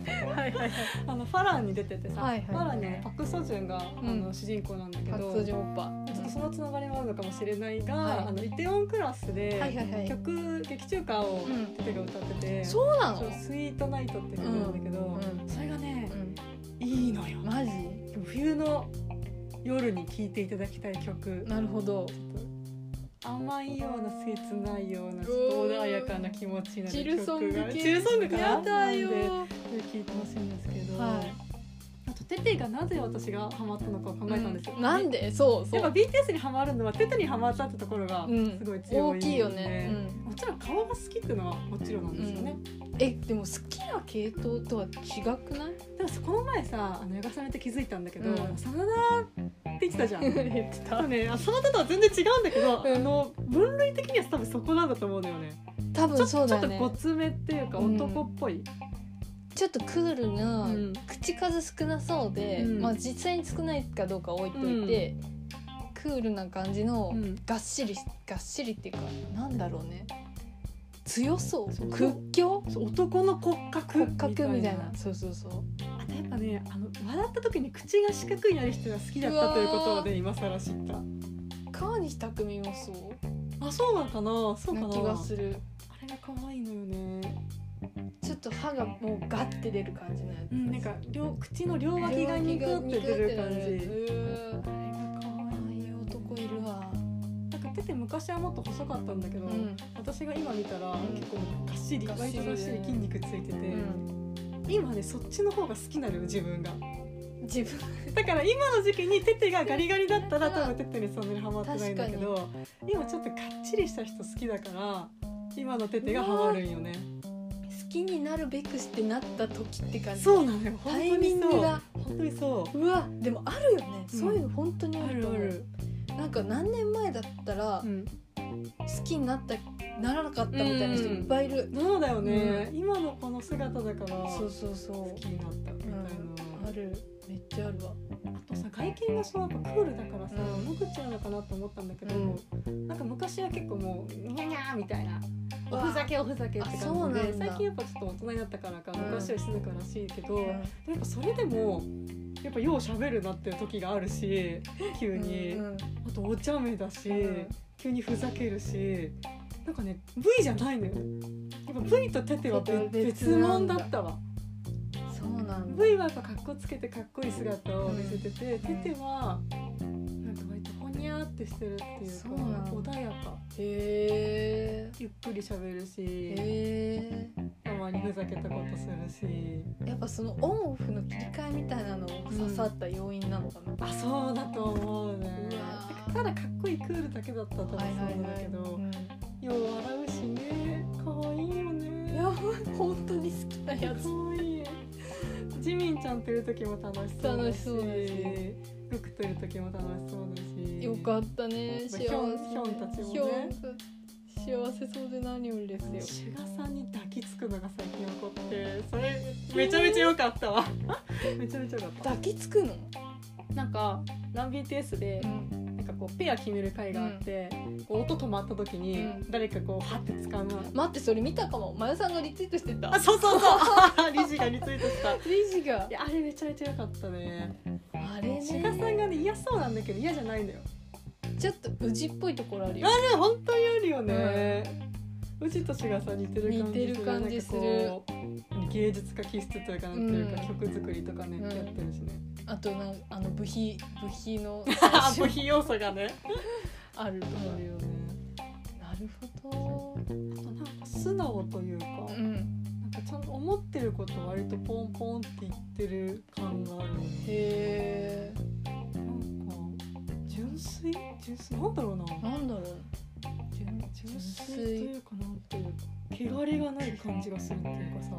S6: あのファランに出ててさ、
S5: はいはい
S6: ファランにねパク・ソジュンが、あの主人公なんだけ
S5: パ
S6: ど
S5: クソジュンオッパ。
S6: ちょっとそのつながりもあるのかもしれないが、
S5: はい
S6: あのイテウォンクラスで、
S5: はいはいはい
S6: 曲劇中歌を
S5: うん
S6: テテが歌ってて、
S5: そうなの
S6: そう。スイートナイトって曲なんだけど、
S5: うんうん
S6: それがね
S5: う、ん、
S6: いいのよ。
S5: マジ。
S6: でも冬の夜に聴いていただきたい曲
S5: なるほど。
S6: 甘いような切ないようなちょっと穏やかな気持ちになる曲が
S5: チルソング系。
S6: チルソングかな
S5: やだよ。
S6: なんで聴いてほしいんですけど、
S5: は
S6: あとテテがなぜ私がハマったのかを考えたんですよ、
S5: うんなんで、そうそ
S6: やっぱ
S5: う。
S6: BTS にハマるのはテテにハマったってところが
S5: うん
S6: すごい強い、
S5: 大きいよね。うん
S6: もちろん顔が好きっていうのはもちろんなんですよね、
S5: え、でも好きな系統とは違くない？
S6: でもさこの前さあのヨガさんって気づいたんだけど、
S5: うん
S6: 真田って 言ってたじゃん
S5: 言って
S6: 多分ねあ真田とは全然違うんだけど、
S5: うん
S6: あの分類的には多分そこなんだと思うんだよね
S5: 多
S6: ちょ
S5: 分そうだよ
S6: ちょ
S5: ね
S6: っと。ごつめっていうか
S5: うん
S6: 男っぽい、
S5: ちょっとクールな、
S6: うん
S5: 口数少なそうで、
S6: うん
S5: まあ実際に少ないかどうかは置いといて、クールな感じの。
S6: うん
S5: がっしりがっしりっていうかなんだろうね強そう
S6: そう
S5: 屈強
S6: そう男の骨格
S5: 骨格みたいなそうそうそう
S6: あとやっぱねあの笑った時に口が四角になる人が好きだったということをね今更知った
S5: 川西匠もそう
S6: あそうなのかなそうか
S5: な
S6: な
S5: 気がする
S6: あれが可愛いのよね
S5: ちょっと歯がもうガッて出る感じのやつ、
S6: うんなんか両口の両脇がニクって出る感
S5: う
S6: じあれ
S5: ー
S6: が可
S5: ああ
S6: 愛い
S5: いう男いるわ
S6: なんかテテ昔はもっと細かったんだけど、
S5: うん
S6: 私が今見たら
S5: ん
S6: 結構がっしり
S5: がっし
S6: 割
S5: り
S6: とがっしり筋肉ついてて、
S5: うん
S6: 今ねそっちの方が好きなのよ自分が
S5: 自分
S6: だから今の時期にテテがガリガリだったら多分テテにそんなにハマってないんだけど今ちょっとがっちりした人好きだから今のテテがハマるんよね
S5: 好きになるべくしてなった時って感じ
S6: そうなのよ本
S5: タ
S6: 当
S5: イミ
S6: に
S5: ン
S6: そ
S5: グ
S6: う
S5: が
S6: 本当にそう
S5: わでもあるよね、
S6: うん
S5: そういうの本当に
S6: う
S5: あ
S6: あ
S5: る
S6: るあ
S5: と思う
S6: る、
S5: なんか何年前だったら、
S6: うん、
S5: 好きになったならなかったみたいな人いっぱいいる、
S6: そうだよね、今のこの姿だから
S5: そうそうそう
S6: 好きになったみたいな、
S5: あるめっちゃあるわ
S6: あとさ外見がそうやっぱクールだからさ、
S5: うん
S6: 無口なのかなと思ったんだけど、なんか昔は結構もうニャニャーみたいなお
S5: わあ
S6: ふざけおふざけって
S5: あそう
S6: 感じ
S5: な
S6: で
S5: んだ
S6: 最近やっぱちょっと大人になったからか
S5: ん
S6: 昔より静からしいけど、でもやっぱそれでもやっぱよう喋るなっていう時があるし急に、
S5: うんうん
S6: あとお茶目だし、
S5: うん
S6: 急にふざけるしなんかね V じゃないのよやっぱ V とテテは別
S5: 別
S6: 別
S5: な
S6: 物
S5: んだ
S6: だったわ
S5: そうなんだ
S6: V はやっぱかっこつけてかっこいい姿を見せてて、
S5: うん
S6: テテはなんか割とほにゃーってしてるっていうか
S5: そうなんだ
S6: 穏やか
S5: へ
S6: ゆっくり喋る
S5: え
S6: し、
S5: へ
S6: たまにふざけたことするし
S5: えやっぱそのオンオフの切り替えみたいなのを刺さった要因なのかな、
S6: あそうだと思うね
S5: うわー
S6: ただかっこいいクールだけだったら多分
S5: はいはい
S6: そうなんだ
S5: はい
S6: けど、
S5: うん
S6: よう笑うしね可愛いよ
S5: い
S6: ね
S5: や本当に好きなやつ
S6: 可愛いジミンちゃんといる時も楽しそうだ
S5: 楽
S6: し
S5: しそうだし
S6: グクといる時も楽しそうだし
S5: よかったね幸せ
S6: ヒョンヒョンたちもね
S5: ヒョン幸せそうで何よりですよ
S6: シュガさんに抱きつくのが最近起こってそれめちゃめちゃ良かった わめちゃめちゃ良かった
S5: 抱きつくの、
S6: なんかラン BTS で
S5: うん
S6: なんかこうペア決める会があって、こう音止まった時に
S5: うん
S6: 誰かこうハッて掴む、
S5: 待ってそれ見たかもまやさんがリツイートしてた
S6: あそうそうそう 理事がリツイートしたい
S5: レジが
S6: やあれめちゃめちゃ良かったね
S5: あれね
S6: シュガさんがね嫌そうなんだけど嫌じゃないんだよ
S5: ちょっと宇治っぽいところあるよ
S6: ある本当にあるよね、うちとしがさ似てる感じ
S5: 似てる感じす
S6: な
S5: る
S6: んかこう芸術家気質というかなんていうか、
S5: うん
S6: 曲作りとかね、
S5: うん
S6: やってるしね
S5: あとなんあの部費部費の
S6: あ 部費要素がね
S5: あると
S6: あ
S5: か
S6: るよね
S5: なるほど
S6: あとなんか素直というか、
S5: うん
S6: なんかちゃんと思ってること割とポンポンって言ってる感がある
S5: へえ
S6: なんか純粋純粋なんだろうな
S5: なんだろう
S6: 純純粋というかなんていうか汚れがない感じがするっていうかさ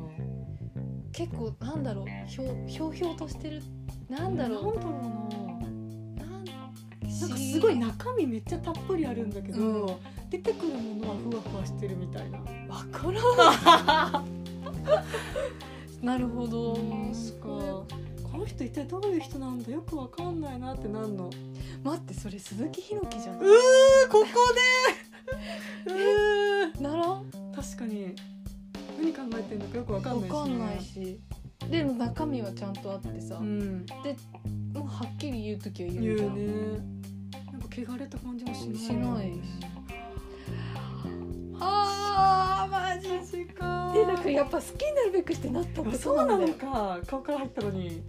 S5: 結構なんだろうひょひょうひょうとしてるなんだろ
S6: なんだろうな
S5: うなん
S6: なんかす ごい中身めっちゃたっぷりあるんだけど、出てくるものはふわふわしてるみたいな
S5: わからんなるほど
S6: なんかこの人一体どういう人なんだよくわかんないなってなんの
S5: 待ってそれ鈴木ひろきじゃない
S6: ここでう
S5: ならん
S6: ー確かに何考えてんのかよくわかんないし、ね、
S5: わかんないしでも中身はちゃんとあってさ、
S6: うん
S5: もうはっきり言う時は
S6: 言
S5: 言う
S6: う
S5: じゃん、
S6: ねなんか汚れた感じもしない
S5: しないし
S6: あーマジか
S5: でなんかやっぱ好きになるべくしてなったって
S6: そ
S5: そうう
S6: な
S5: なんだ
S6: の
S5: よ
S6: か顔から入ったの に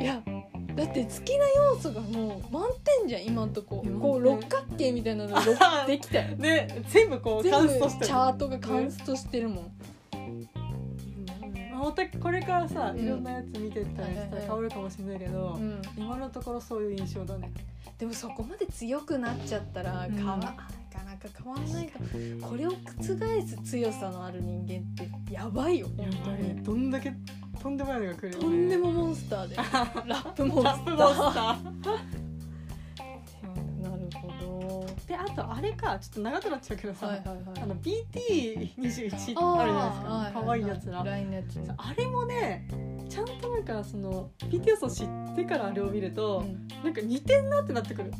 S5: いやだって好きな要素がもう満点じゃん今んとこ
S6: いや
S5: こう
S6: 満
S5: 六
S6: 点
S5: 角形みたいな のがろできたよ
S6: で全部こう
S5: 全
S6: カン
S5: 部
S6: ス
S5: チ
S6: トしてる
S5: ャートがカンストしてるもん
S6: まあまたこれからさ、
S5: うん
S6: いろんなやつ見てったりしたら変わるかもしれないけど、
S5: うん
S6: 今のところそういう印象だね
S5: でもそこまで強くなっちゃったら
S6: うん
S5: 変わ、なかなか変わんないかこれを覆す強さのある人間ってやばいよ
S6: や
S5: 本当
S6: ばい
S5: に
S6: どんだけとんでもないのが来るよね
S5: とんでもモンスターで ラップモンス
S6: ラ
S5: タ
S6: ッ
S5: ー
S6: プモンスター
S5: なるほ
S6: であとあれかちょっと長くなっちゃうけど
S5: ど
S6: さ、
S5: はいはい
S6: あ
S5: はい
S6: の BT21 あるじゃないですか可愛いやつら、
S5: ラインのやつ
S6: そうあれもねちゃんとなんかその BTS を知ってからあれを見ると、
S5: うん
S6: なんか似てんなってなってくる、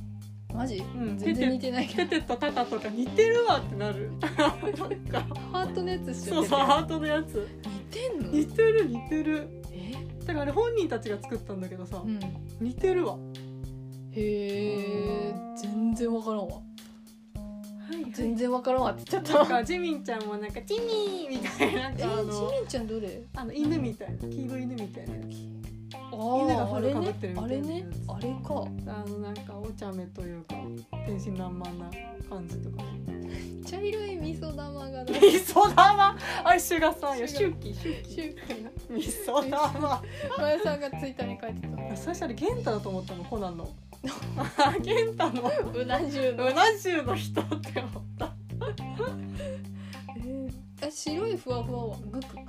S5: マジ
S6: うん、
S5: 全然似
S6: て
S5: てないけ
S6: テ
S5: ど
S6: テとタタとか似てるわってな るなんか
S5: ハートのやつし
S6: そうそうハートのやつ
S5: 似てんの
S6: 似てる似てる
S5: え
S6: だからあれ本人たちが作ったんだけどさ、
S5: うん
S6: 似てるわは
S5: へえ全然わからんわ
S6: い
S5: 全然わからんわって言っちゃ
S6: な
S5: っ
S6: ん
S5: た
S6: かジミンちゃんもなんか「ジミー」みたいななん
S5: え
S6: かあ
S5: ち
S6: の
S5: みんちゃんどれ
S6: あの犬みたいな黄色い犬みたいなや
S5: あ
S6: 犬が
S5: ああ
S6: フ
S5: れ
S6: ルかぶってる
S5: ね
S6: みた
S5: あれ
S6: いなや
S5: ね
S6: つ
S5: あれか
S6: つあのなんかお茶目というか天真爛漫な感じとか
S5: 茶色い味噌玉 がね
S6: 味噌玉あれシュガさんよ
S5: シ
S6: シ
S5: ュ
S6: ュキシュキ
S5: 周期の
S6: 味噌玉
S5: まやさんがツイッターに書いてた
S6: 最初あれゲンタだと思ったのコナン のゲンタの
S5: うな重の
S6: うな重の人って思った
S5: あ白いふわふわはグクか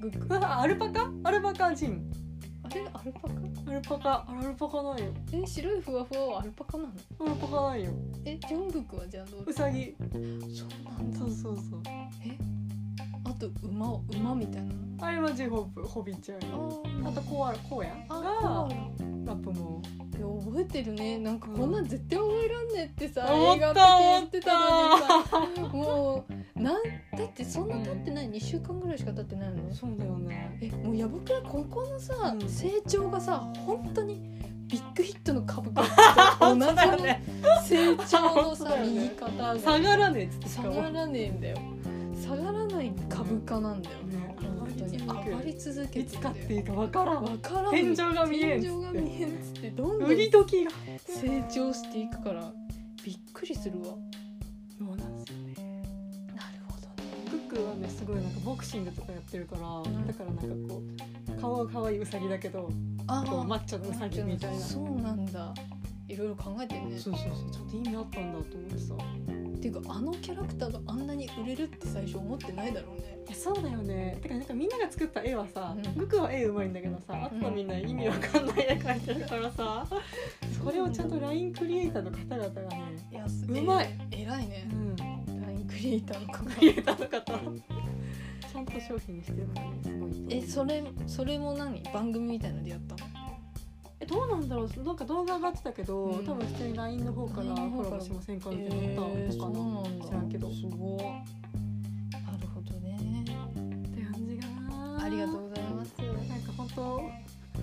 S5: グク
S6: う わアルパカアルパカジン
S5: あれアルパカ
S6: アルパカあれアルパカないよ
S5: え白いふわふわはアルパカなの
S6: アルパカないよ
S5: えジョングクはじゃあどう
S6: ウサギ
S5: そうなんだ
S6: そうそうそう
S5: あと馬を馬みたいなの
S6: あれはジホップホビちゃん
S5: あ
S6: よ
S5: ー
S6: あとコアラコウヤ
S5: あ
S6: が
S5: コアラ
S6: ラップも
S5: いや覚えてるねなんかこんなん絶対覚えらんねえってさ、
S6: 思
S5: 映
S6: っ
S5: 画
S6: た
S5: って言ってたのにさもうなんだってそんな経ってない2週間ぐらいしか経ってないのね
S6: そうだよね
S5: えもうやばくないここのさ、
S6: うん
S5: 成長がさ本当にビッグヒットの 株価と同じの成長の
S6: 本当だ
S5: さ、
S6: よね
S5: 右肩が
S6: 下がらねえっつってし
S5: 下
S6: かも
S5: がらねえんだよ下がらない株価なんだよね
S6: ね
S5: 本当に上がり続
S6: い
S5: けてんだ
S6: つ
S5: よ
S6: 買っていいかわからん
S5: わからん
S6: 天井が見えんっつって
S5: 天井が見えんっつってどんどん
S6: 売り時が
S5: 成長していくからびっくりするわ
S6: そうなんですよね
S5: なるほどね
S6: クックはねすごいなんかボクシングとかやってるから、
S5: ん
S6: だからなんかこう顔は可愛いウサギだけど
S5: あ
S6: こうマッチョのウサギみたいな
S5: そうなんだいろいろ考えてるね
S6: そうそうそうちゃんと意味あったんだと思ってさ
S5: っていうかあのキャラクターがあんなに売れるって最初思ってないだろうね
S6: いやそうだよねてかなんかみんなが作った絵はさ、
S5: うん
S6: グクは絵うまいんだけどさあとはみんな意味わかんない絵描いてるからさ、それをちゃんと LINE クリエイターの方々がね、
S5: いやす
S6: うまい
S5: え偉いね
S6: ん、
S5: ラインクリエイターの方
S6: クリエイターの方ちゃんと商品にしてるのねすごいと思う
S5: えそれそれも何番組みたいのでやったの
S6: えどうなんだろうなんか動画上がってたけど、
S5: うん
S6: 多分普通に LINE の方から
S5: LINE の方
S6: コ
S5: から
S6: ラボしませんかみたいな
S5: え
S6: のあ
S5: ー、
S6: った
S5: そう
S6: のかな、
S5: なんだ
S6: 知らんけど
S5: すごいなるほどね
S6: って感じがな
S5: ありがとうございます
S6: なんか本当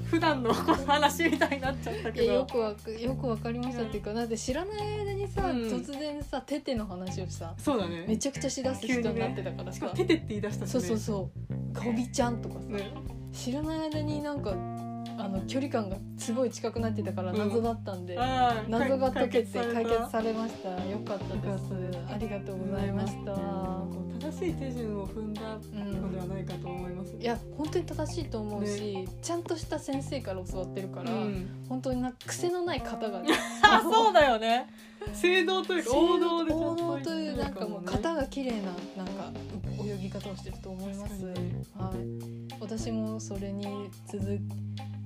S6: 普段の話みたいになっちゃった
S5: い
S6: け
S5: やよ
S6: ど
S5: くわくよくわかりましたっていうかだって知らない間にさ、
S6: うん
S5: 突然さテテの話をさ
S6: そうだね
S5: めちゃくちゃしだす人になってたから
S6: し
S5: さ
S6: か、も「テテ」って言い出したし、
S5: そ
S6: ね、
S5: うそうそうかおびちゃんとかさ、
S6: ね
S5: 知らない間になんかあの距離感がすごい近くなってたから謎だったんで、
S6: あー
S5: 謎が解けて
S6: された
S5: 解決されましたよかった
S6: よ
S5: で
S6: か
S5: す
S6: ったです
S5: ありがとうございました、
S6: こう正しい手順を踏んだ
S5: うん
S6: のではないかと思います、
S5: いや本当に正しいと思うし、ちゃんとした先生から教わってるから、
S6: うん
S5: 本当になんか癖のない方がね
S6: あそうだよね 正道 というか王道でちゃんと
S5: 王道
S6: 行
S5: という
S6: って
S5: なん
S6: る
S5: かもう
S6: ね
S5: 型が綺麗ななんか泳ぎ方をしてると思いま
S6: 確
S5: す、
S6: かにね
S5: はい、私もそれに続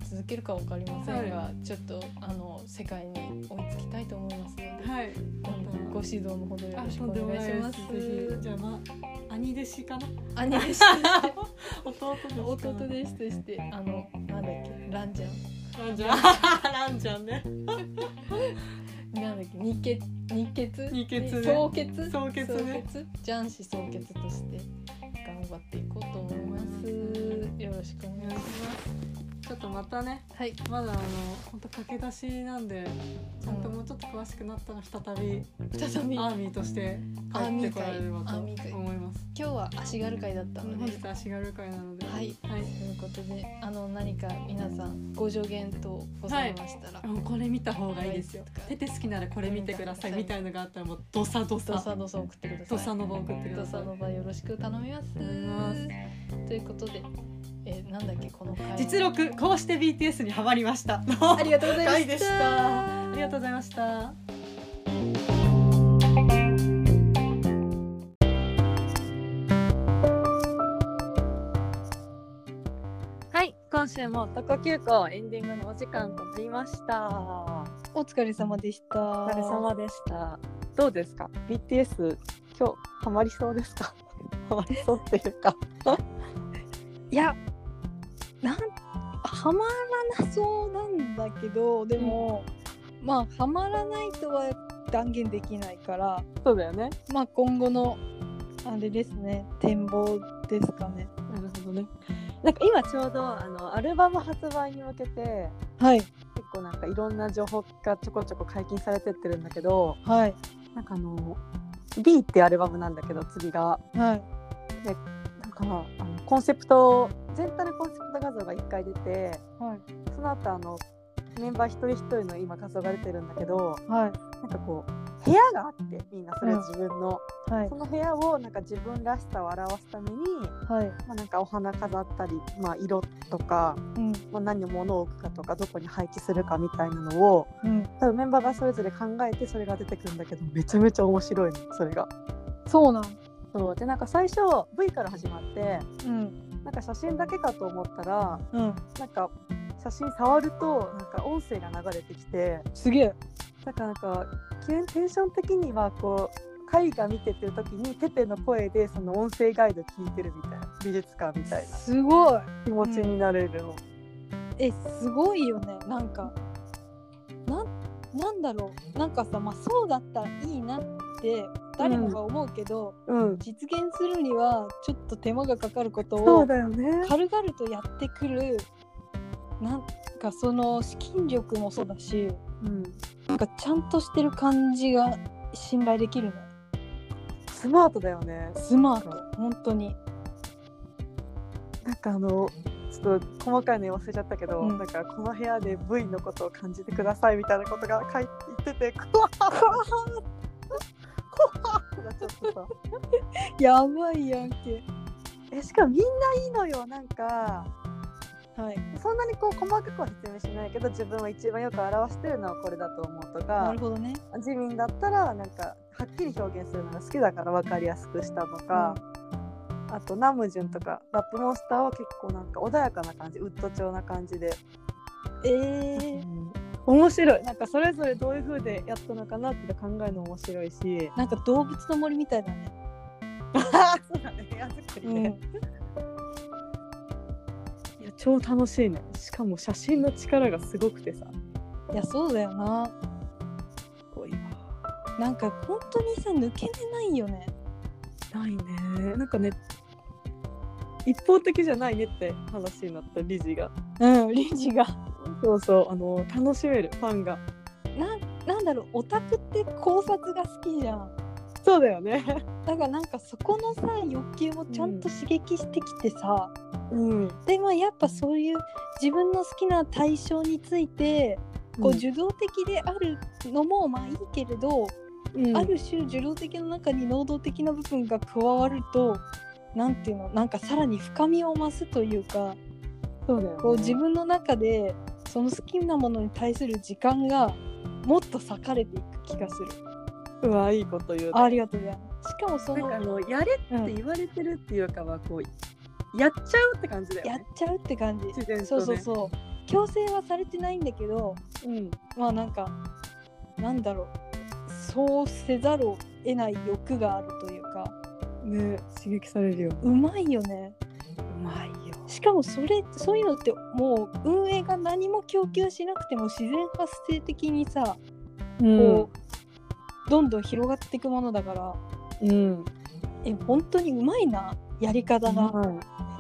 S5: 続けるかわかりませんが、ちょっとあの世界に追いつきたいと思いますので、
S6: はい
S5: 今度ご指導のほどよ
S6: あ
S5: ろしく
S6: と
S5: お
S6: んでも
S5: 願い
S6: な
S5: し
S6: いで
S5: ますす。
S6: ぜひじゃあまあ兄弟子 かな
S5: 兄でした。
S6: 弟弟子かな
S5: 弟弟子としてあのなんだっけランジャン
S6: ランジャンランジャンね
S5: なんだっけ二血二血
S6: 二血ね
S5: 総血
S6: 総血ね
S5: ジャン子総血として頑張っていこうと思います。よろしくお
S6: お
S5: 願い
S6: 願いし
S5: しま
S6: ますちょっとまたね
S5: す。はい。
S6: まだあの本当駆け出しなんでちゃんともうちょっと詳しくなったら再び
S5: 再び
S6: ア
S5: 今
S6: ーミーとして帰ってこられればと
S5: アーミー会アーミー会
S6: 思います
S5: 日は足軽会だったの
S6: 本
S5: で。
S6: 日足軽会なのでは
S5: はい
S6: はい
S5: ということであの何か皆さんご助言等ございましたら、
S6: もうこれ見た方がいいですよ
S5: はい
S6: テテ好きならこれ見てくださいみたいのがあったらもうドサド
S5: ど
S6: サ
S5: さどさ送ってください。
S6: ドサの場送ってくだ
S5: 土
S6: さ
S5: 佐
S6: い
S5: の場よろしく頼みます。
S6: 頼みます
S5: ということで、えー、なんだっけこの回
S6: 実力こうして BTS にハマりま した
S5: ありがとうございま
S6: 回
S5: し
S6: で
S5: た。
S6: したありがとうございました
S7: はい、今週も男急行エンディングのお時間となりました。お
S3: お疲れ様でした。お
S7: 疲れ様でした。
S2: どうですか BTS 今日ハマりそうですか ハマりそうっていうか
S3: いや、なん、はまらなそうなんだけど、でも、まあ、はまらないとは断言できないから、
S2: そうだよね
S3: まあ、今後の、あれですね、展望ですかね。
S2: なるほどねなんか今ちょうどあのアルバム発売に向けて
S3: はい、
S2: 結構なんかいろんな情報がちょこちょこ解禁されてってるんだけど
S3: はい、
S2: なんかあの B っていうアルバムなんだけど次が
S3: はい、
S2: なんかあのコンセプト全体のコンセプト画像が1回出て
S3: はい、
S2: その後あのメンバー一人一人の今画像が出てるんだけど
S3: はい、
S2: なんかこう部屋があってみんなそれは自分の、
S3: はい
S2: そ、の部屋をなんか自分らしさを表すために、
S3: はい、
S2: まあ、なんかお花飾ったり、まあ、色とか、
S3: うん、
S2: まあ、何の物を置くかとかどこに配置するかみたいなのを
S3: うん。
S2: 多分メンバーがそれぞれ考えてそれが出てくるんだけどめちゃめちゃ面白いのそれが。
S3: そうなん。
S2: そうでなんか最初 V から始まって
S3: うん、
S2: なんか写真だけかと思ったら
S3: うん。
S2: なんか写真触るとなんか音声が流れてきて。
S3: すげえ。
S2: だからなんかテンション的にはこう絵画見ててる時にペペの声でその音声ガイド聞いてるみたいな美術館みたいな
S3: すごい。
S2: 気持ちになれるの、
S3: えすごいよねなんかなんなんだろうなんかさ、まあ、そうだったらいいなって誰もが思うけど、
S2: うん
S3: 実現するにはちょっと手間がかかること
S2: そう
S3: を
S2: だよね
S3: 軽々とやってくるなんかその資金力もそうだし
S2: うん
S3: なんかちゃんとしてる感じが信頼できるね
S2: スマートだよね
S3: スマート本当に
S2: なんかあのちょっと細かいの忘れちゃったけど、
S3: うん
S2: なんかこの部屋で V のことを感じてくださいみたいなことが書いてて 怖わ怖っ怖っってなっちゃってさ
S3: やばいやんけ
S2: えしかもみんないいのよなんか
S3: はい
S2: そんなにこう細かくは説明しないけど自分を一番よく表してるのはこれだと思うと
S3: な
S2: か
S3: るほどね
S2: 自民だったらなんかはっきり表現するのが好きだから分かりやすくしたとか、あとナムジュンとかラップモンスターは結構なんか穏やかな感じウッド調な感じで、
S3: えー、
S2: 面白いなんかそれぞれどういう風でやったのかなって考えるの面白いし
S3: なんか動物の森みたいだね
S2: そうだね部屋作りね、いや超楽しいねしかも写真の力がすごくてさ
S3: いやそうだよな
S2: こういう
S3: なんか本当にさ抜け目ないよね
S2: ないねなんかね一方的じゃないねって話になった理事が
S3: うん、リンジが。
S2: そうそうあの楽しめるファンが
S3: なん、なんだろう、オタクって考察が好きじゃん。
S2: そうだよね
S3: だからなんかそこのさ、欲求もちゃんと刺激してきてさ、
S2: うん
S3: でもやっぱそういう自分の好きな対象について、こう受動的であるのもまあいいけれど、
S2: うん
S3: ある種受動的の中に能動的な部分が加わるとなんていうのなんかさらに深みを増すというか
S2: そうだよね
S3: こう自分の中でその好きなものに対する時間がもっと割かれていく気がする。
S2: うわいいこと言うね
S3: あありがとうございます。しかもそ
S2: なん
S3: の
S2: かあ
S3: や
S2: のやれって言われてるっていうかはこうやっちゃうって感じだよ
S3: っ
S2: ね。
S3: ちゃうって感じ。
S2: 自然とね
S3: そうそうそう。強制はされてないんだけど
S2: うん、
S3: まあなんかなんだろうそうせざるを得ない欲があるというか
S2: ね刺激されるよ。
S3: うまいよね。
S2: うまいよ。
S3: しかもそれそういうのってもう運営が何も供給しなくても自然発生的にさ、こうどんどん広がっていくものだから
S2: うん。
S3: え本当にうまいなやり方が、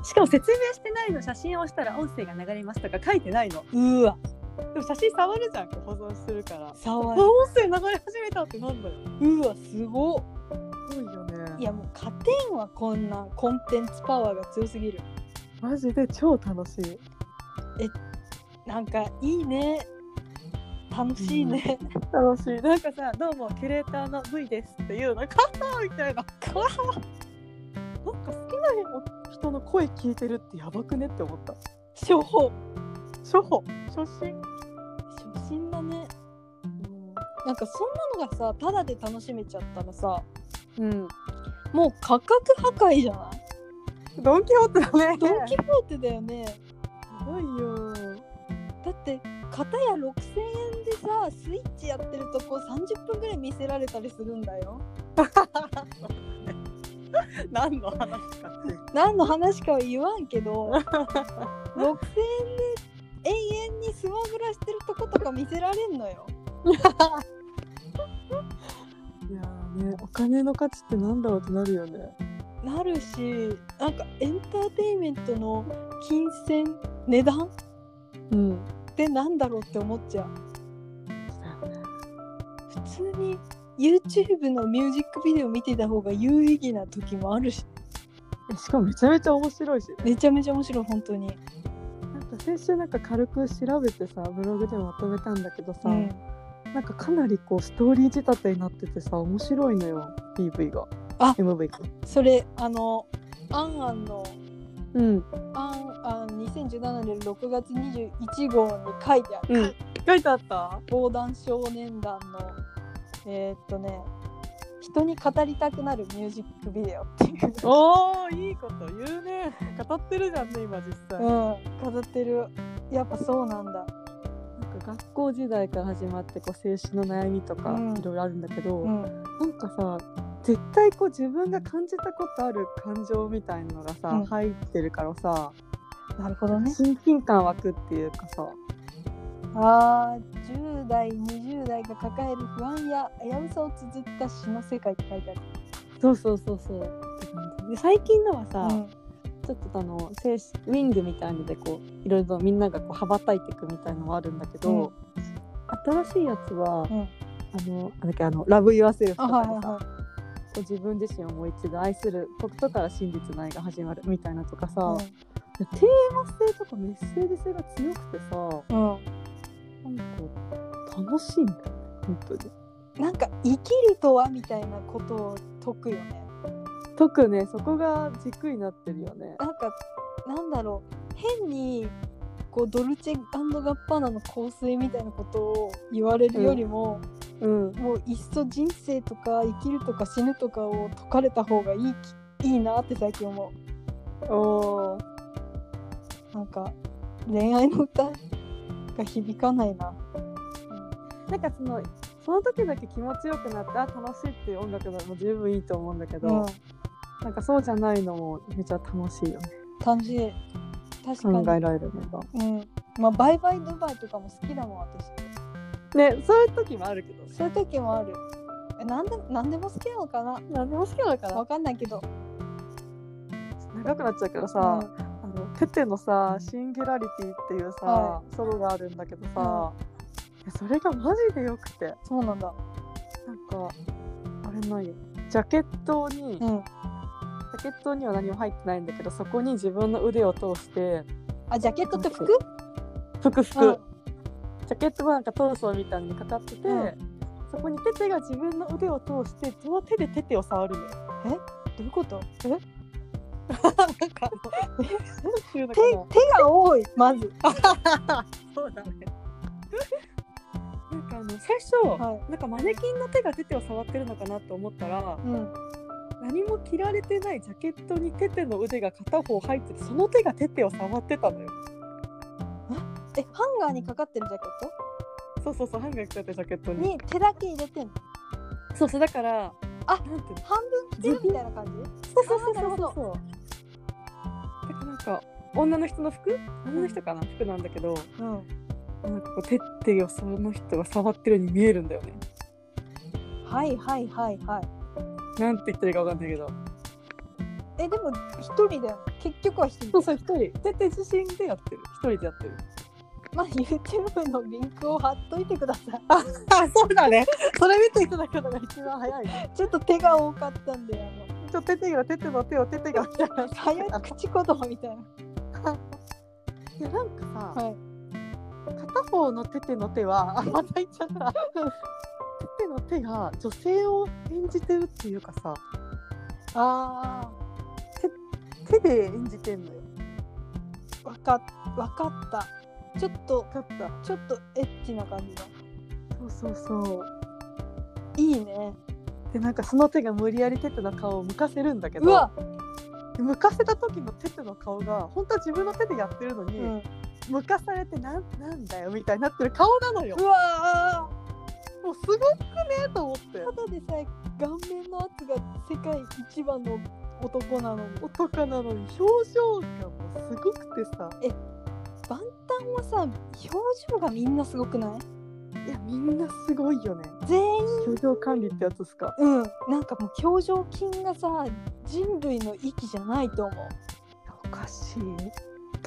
S2: しかも説明してないの写真を押したら音声が流れますとか書いてないの。
S3: うわ
S2: でも写真触るじゃん。こう保存するから。
S3: 触
S2: あ
S3: る
S2: 音声流れ始めたってなん だよ。
S3: うわすごっ
S2: すごいよね
S3: いやもう勝てんわこんなコンテンツパワーが強すぎる
S2: マジで超楽しい。
S3: なんかいいね楽しいね、
S2: 楽しい。なんかさどうもキュレーターの V ですっていうのカッみたいな。
S3: かわ
S2: なんか好きな人の声聞いてるってやばくねって思った。
S3: 初歩
S2: 初歩初心
S3: 初心だね、なんかそんなのがさただで楽しめちゃったらさ
S2: うん
S3: もう価格破壊じゃない
S2: ドン・キホーテだね
S3: ドン・キホーテだよね。
S2: すごいよ
S3: だって片や6000円でさスイッチやってるとこ30分ぐらい見せられたりするんだよ。
S2: 何の話かっていう
S3: 何の話かは言わんけど6000円で永遠にスマブラしてるとことか見せられんのよ。
S2: いやーねお金の価値ってなんだろうってなるよね
S3: なるしなんかエンターテインメントの金銭値段っ
S2: うん
S3: てなんだろうって思っちゃう。普通に YouTube のミュージックビデオ見てた方が有意義な時もあるし
S2: しかもめちゃめちゃ面白いし、
S3: めちゃめちゃ面白い本当に。
S2: なんか先週なんか軽く調べてさブログでまとめたんだけどさ、
S3: うん
S2: なんかかなりこうストーリー仕立てになっててさ面白いのよ PV が
S3: あ
S2: MV が
S3: それあのアンアンの
S2: うん
S3: アンアン2017年6月21号に書いてある
S2: うん書いてあった
S3: 防弾少年団のえーっとね人に語りたくなるミュージックビデオっていう、
S2: おーいいこと言うね語ってるじゃんね今実際
S3: うん、語ってるやっぱそうなんだ
S2: なんか学校時代から始まってこう青春の悩みとか
S3: うん
S2: いろいろあるんだけど、
S3: うん
S2: なんかさ絶対こう自分が感じたことある感情みたいなのがさ、
S3: うん
S2: 入ってるからさ
S3: なるほどね
S2: 親近感湧くっていうかさ
S3: あー10代20代が抱える不安や危うさを綴った詩の世界って書いてある
S2: そうそうそうそうって感じで最近のはさ、
S3: うん
S2: ちょっとあの精子ウィングみたいのでこういろいろみんながこう羽ばたいていくみたいのはあるんだけど、新しいやつは、
S3: うん
S2: あのなんだっけあのラブユアセルフと
S3: あ
S2: かで
S3: は
S2: さ、
S3: いはいはい
S2: こう自分自身をもう一度愛することから真実の愛が始まるみたいなとかさ、
S3: うん
S2: テーマ性とかメッセージ性が強くてさ
S3: うん
S2: なんか楽しいんだよね本当に。
S3: なんか生きるとはみたいなことを解くよね
S2: 特にねそこが軸になってるよね。
S3: なんかなんだろう変にこうドルチェガッパーナの香水みたいなことを言われるよりも、
S2: うん、
S3: もういっそ人生とか生きるとか死ぬとかを解かれた方がいいきいいなって最近思
S2: おー
S3: うなんか恋愛の歌が響かないな
S2: なんかそのその時だけ気持ちよくなってあ楽しいっていう音楽でも十分いいと思うんだけど、
S3: うん
S2: なんかそうじゃないのもめちゃ楽しいよね
S3: 楽しい確
S2: 考
S3: か
S2: えられるのが。
S3: にうんまあバイバイドバイとかも好きだもん私
S2: ねそういう時もあるけど
S3: そういう時もあるえなんでなんでも好きなのかな
S2: 何でも好きだから
S3: わかんないけど
S2: なん長くなっちゃうけどさ、あのペペのさ「シンギュラリティ」っていうさ、
S3: は
S2: ソロがあるんだけどさ、いやそれがマジでよくて
S3: そうなんだ。
S2: なんかあれないよジャケットに、
S3: うん
S2: ジャケットには何も入ってないんだけどそこに自分の腕を通して
S3: あ、ジャケットって服
S2: う？服服、
S3: うん
S2: ジャケットがなんかトーソーみたいにかかってて、
S3: うん
S2: そこにテテが自分の腕を通してその手でテテを触るのよ。
S3: どういうこと？え？なんか
S2: なんていうの
S3: 手
S2: かな
S3: 手が多いまず。
S2: そうだね。なんかあの最初、
S3: は
S2: なんかマネキンの手がテテを触ってるのかなと思ったら
S3: うん。
S2: 何も着られてないジャケットにテテの腕が片方入っててその手がテテを触ってたのよ。
S3: え、ハンガーにかかってるジャケッ
S2: そうそうそうハンガー着ちゃってジャケット
S3: ト？
S2: に。
S3: に手だけ入れてんの。
S2: そうそうだから
S3: あ
S2: なんていうの
S3: 半分着てるみたいな感じ？
S2: そうそうそう
S3: あーなる
S2: そう
S3: ほど
S2: そう。だからなんか女の人の服女の人かな服なんだけど
S3: うん。
S2: なんかこうテテをその人が触ってるように見えるんだよね。
S3: はいはいはいはい。
S2: なんて言ってるかわかんないけど。
S3: え、でも一人だよ。結局は一人。
S2: そうそう、一人。テテ自身でやってる。一人でやってる。
S3: まあ YouTube のリンクを貼っといてください。
S2: あ、そうだね。それ見ていただくのが一番早い。
S3: ちょっと手が多かったんで、あの。
S2: ちょ、テテが、テテの手をテテがみたいな。
S3: 早口言葉みたいな。
S2: いや、なんかさ、
S3: はい
S2: 片方のテテの手は、あ、また言っちゃった。テテの手が女性を演じてるっていうかさ、
S3: あ
S2: 手で演じてんのよ。
S3: あ、わかっ、わかった。ちょっと、
S2: だった。
S3: ちょっとエッチな感じが。
S2: そうそうそう。
S3: いいね。
S2: で、なんかその手が無理やりテテの顔を向かせるんだけど、
S3: うわ、
S2: 向かせた時のテテの顔が、本当は自分の手でやってるのに、
S3: うん、
S2: 向かされてなんなんだよみたいになってる顔なのよ
S3: うわ
S2: もうすごくねと思って
S3: ー、ただでさえ顔面の圧が世界一番の男なのに。
S2: 男なのに表情がもうすごくてさ
S3: 万端はさ、表情がみんなすごくない
S2: いやみんなすごいよね
S3: 全員、
S2: 表情管理ってやつですか
S3: うん、なんかもう表情筋がさ、人類の域じゃないと思
S2: おかしい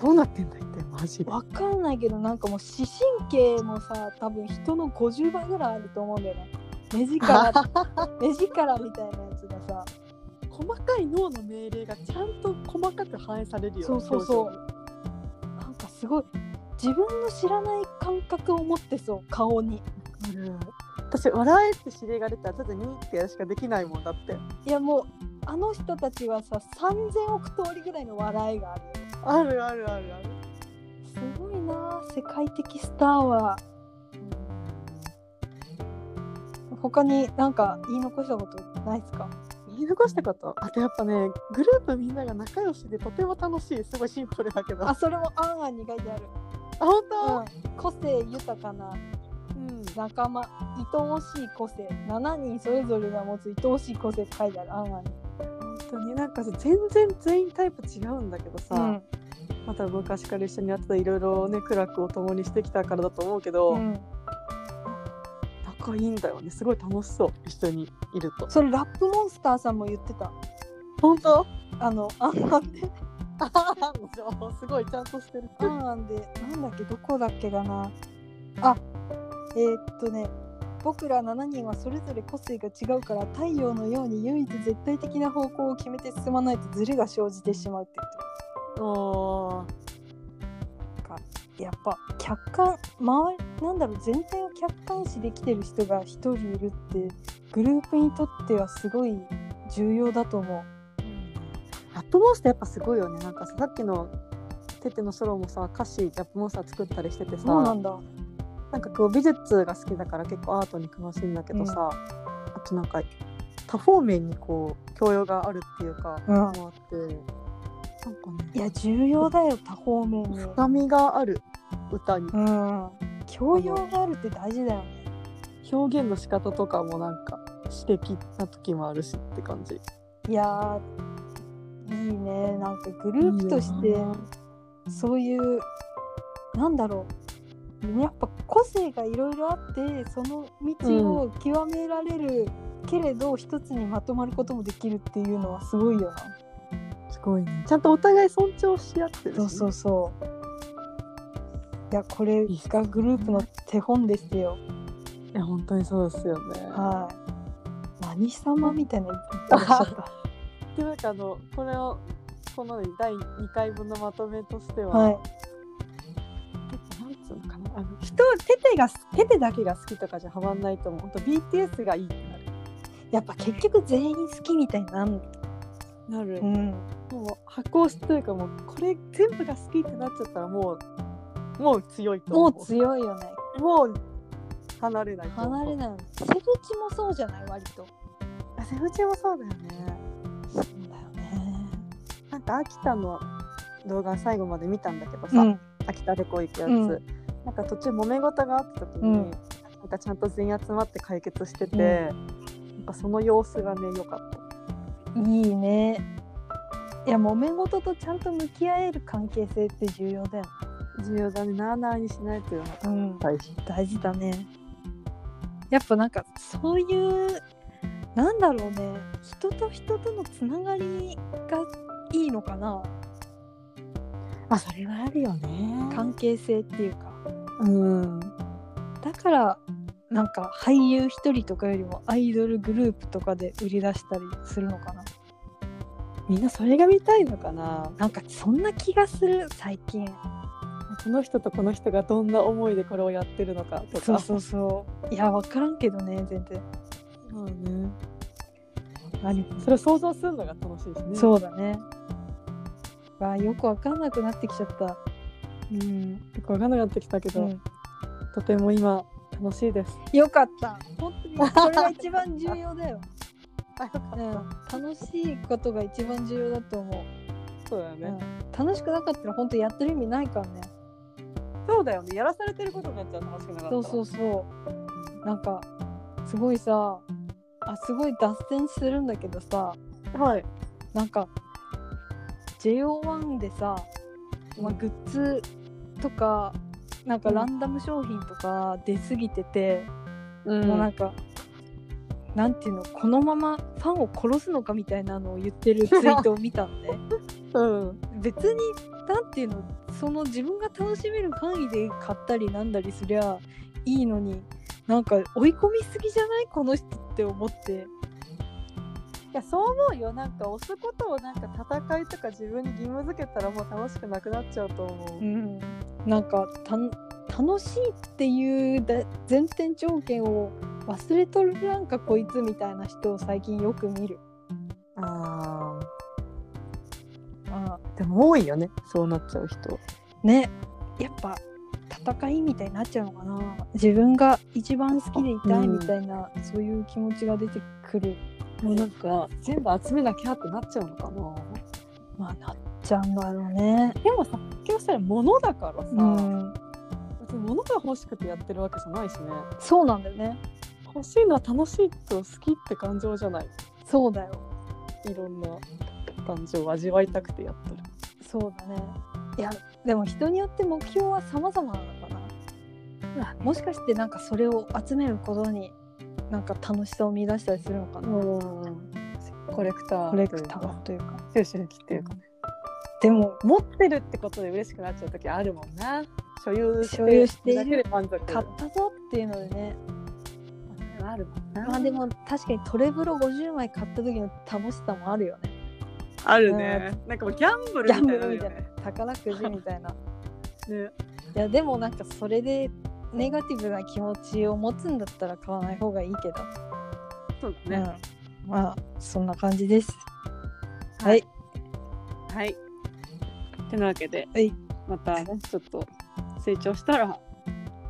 S2: どうなってんだ一体マジ
S3: う。
S2: で
S3: わかんないけど、なんかもう視神経もさ、多分人の50倍ぐらいあると思うんだよね。目力、目力みたいなやつがさ。
S2: 細かい脳の命令がちゃんと細かく反映されるよ
S3: そうそうそうなんかすごい自分の知らない感覚を持ってそう顔に
S2: 表情にわかる私笑えって指令が出たらただにってやるしかできないもんだって
S3: いやもうあの人たちはさ3,000億通りぐらいの笑いがあるよ
S2: あるあるあるある
S3: すごいなあ世界的スターは他になんか言い残したことないですか
S2: 言い残したことあとやっぱねグループみんなが仲良しでとても楽しいすごいシンプルだけど
S3: あそれもあんあんに書いてある、
S2: 本
S3: うん、個性豊かな
S2: 当、うん、
S3: 仲間愛おしい個性7人それぞれが持つ愛おしい個性って書いてあるあんあんに
S2: 本当になんかさ全然全員タイプ違うんだけどさ、また昔から一緒にやってたいろいろね苦楽を共にしてきたからだと思うけど、
S3: うん、うん、
S2: 仲いいんだよねすごい楽しそう一緒にいると
S3: それラップモンスターさんも言ってた
S2: 本当
S3: あの、アンアンで、
S2: すごいちゃんとしてる
S3: アンアンで、なんだっけ、どこだっけだな。あ、えーっとね、僕ら7人はそれぞれ個性が違うから、太陽のように唯一絶対的な方向を決めて進まないとズレが生じてしまうって言って
S2: おー
S3: るやっぱ、客観、周り、なんだろう、全体を客観視できてる人が一人いるって、グループにとってはすごい重要だと思う。
S2: ラップモンスターやっぱすごいよねなんかささっきのテテのソロもさ歌詞ラップモンスター作ったりしててさ
S3: そうなんだ。
S2: なんかこう美術が好きだから結構アートに詳しいんだけどさ、あとなんか多方面にこう教養があるっていうか、
S3: うん
S2: もあってなんかね
S3: いや、重要だよ、多方面に。
S2: 深みがある歌に
S3: うん。教養があるって大事だよね。
S2: 表現の仕方とかもなんか詩的な時もあるしって感じ。
S3: いやーいいねなんかグループとしてそういうなんだろうやっぱ個性がいろいろあってその道を極められる、けれど一つにまとまることもできるっていうのはすごいよな。
S2: す
S3: ごいね
S2: ちゃんとお互い尊重し合ってるし
S3: そうそうそういやこれがグループの手本ですよ
S2: いや本当にそうですよね
S3: はい何様みたいな言ってらっしゃった
S2: でなんかあのこれをこの第2回分のまとめとしては、
S3: はい
S2: なんつうのかなあの人はテテがテテだけが好きとかじゃハマんないと思うほんと BTS がいいって
S3: やっぱ結局全員好きみたいになん
S2: なる、
S3: うん
S2: もう発行しというかもうこれ全部が好きってなっちゃったらもうもう強いと
S3: も
S2: 思う
S3: う強いよね
S2: もう離れないと思う
S3: 離れないセフチもそうじゃない割と
S2: あセフチもそうだよね
S3: そうだよね
S2: なんか秋田の動画最後まで見たんだけどさ、
S3: うん
S2: 秋田でこう行くやつ、
S3: うん
S2: なんか途中揉め事があった時に、
S3: うん
S2: なんかちゃんと全員集まって解決してて、
S3: うん
S2: なんかその様子がね良かった
S3: いいねいや揉め事とちゃんと向き合える関係性って重要だよね
S2: 重要だねなあなあにしないというのが
S3: うん
S2: 大事
S3: 大事だねやっぱなんかそういうなんだろうね人と人とのつながりがいいのかな
S2: まあそれはあるよね
S3: 関係性っていうか
S2: うん
S3: だからなんか俳優一人とかよりもアイドルグループとかで売り出したりするのかな
S2: みんなそれが見たいのかな
S3: なんかそんな気がする最近
S2: この人とこの人がどんな思いでこれをやってるのかとか
S3: そうそうそういや分からんけどね全然
S2: まあね
S3: あり
S2: それを想像するのが楽しいしね
S3: そうだねわあよく分かんなくなってきちゃった
S2: うん結構分かんなくなってきたけど、
S3: うん
S2: とても今楽しいです
S3: よかった本当にそれが一番重要だよ、うん、楽しいことが一番重要だと思
S2: そうだよ
S3: う、うん、楽しくなかったら本当やってる意味ないからね
S2: そうだよねやらされてることになっちゃう楽しくなかった
S3: そうそうそうなんかすごいさあすごい脱線するんだけどさ
S2: うはい
S3: なんか JO1 でさ、まあ、グッズとかなんか
S2: うん
S3: ランダム商品とか出過ぎてて、
S2: う
S3: もうなんかなんていうのこのままファンを殺すのかみたいなのを言ってるツイートを見たのね
S2: うん
S3: 別になんていうのその自分が楽しめる範囲で買ったりなんだりすりゃいいのになんか追い込みすぎじゃないこの人って思って
S2: いやそう思うよなんか押すことをなんか戦いとか自分に義務づけたらもう楽しくなくなっちゃうと思う、
S3: うん、なんかたん楽しいっていうだ前提条件を忘れとるなんかこいつみたいな人を最近よく見る。
S2: あ
S3: あ
S2: あでも多いよねそうなっちゃう人
S3: ねやっぱ戦いみたいになっちゃうのかな自分が一番好きでいたいみたいな、そういう気持ちが出てくる
S2: もうなんか全部集めなきゃってなっちゃうのかな
S3: まあなっちゃうんだろうね。
S2: でもさ結局それ物だからさ、
S3: うん、
S2: 別に物が欲しくてやってるわけじゃないしね
S3: そうなんだよね
S2: 欲しいのは楽しいと好きって感情じゃない
S3: そうだよ
S2: いろんな感情を味わいたくてやってる
S3: そうだね。いやでも人によって目標は様々なのかな。もしかしてなんかそれを集めることになんか楽しさを見出したりするのかな、
S2: コレクター
S3: コレクタ
S2: という
S3: ー
S2: か
S3: というか
S2: 収集癖っていうかね
S3: でも
S2: 持ってるってことで嬉しくなっちゃう時あるもんな所有して
S3: 所有している
S2: だけで満足
S3: 買ったぞっていうのでね
S2: あるもんな
S3: まあでも確かにトレブロ50枚買った時の楽しさもあるよね
S2: あるねなんかもうギャンブル
S3: ギ
S2: み
S3: ャ
S2: た
S3: ン
S2: いなの
S3: ブルみ
S2: よ
S3: たい
S2: ね
S3: な宝くじみ たいな
S2: ね
S3: いやでもなんかそれでネガティブな気持ちを持つんだったら買わない方がいいけど
S2: そうだね、
S3: うん、まあそんな感じですはい
S2: はいてなわけで、
S3: はい
S2: またねちょっと成長したら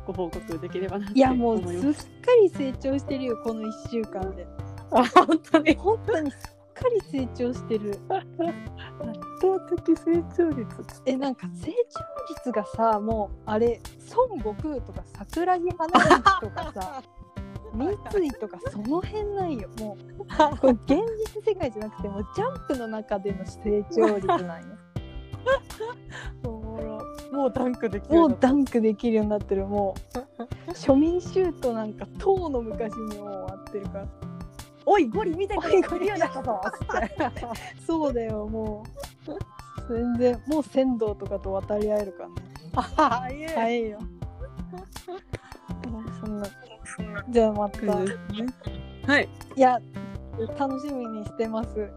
S2: ご報告できればなって
S3: いやもう
S2: 思い
S3: す
S2: ま
S3: っ
S2: す
S3: かり成長してるよこの1週間で
S2: あ本当に
S3: 本当にすっかり成長してる
S2: 圧倒的成長率
S3: えなんか成長率がさもうあれ孫悟空とか桜木花道とかさ三井とかその辺なんよもうこれ現実世界じゃなくてもうジャンプの中での成長率なんよ
S2: もうダンクできる
S3: も
S2: よ
S3: うダンクできるようになってるも う庶民シュートなんかとうの昔にもう終わってるから
S2: おいゴリ見て
S3: お
S2: く
S3: い
S2: れ
S3: ゴ
S2: ゴ
S3: リ
S2: リようになったぞっつって
S3: そうだよも全然もう仙道とかと渡り合えるからね
S4: ああいえ
S3: 早いよもうそんなじゃあまた
S2: 感じで
S3: い
S2: すねはい
S3: や楽しみにしてます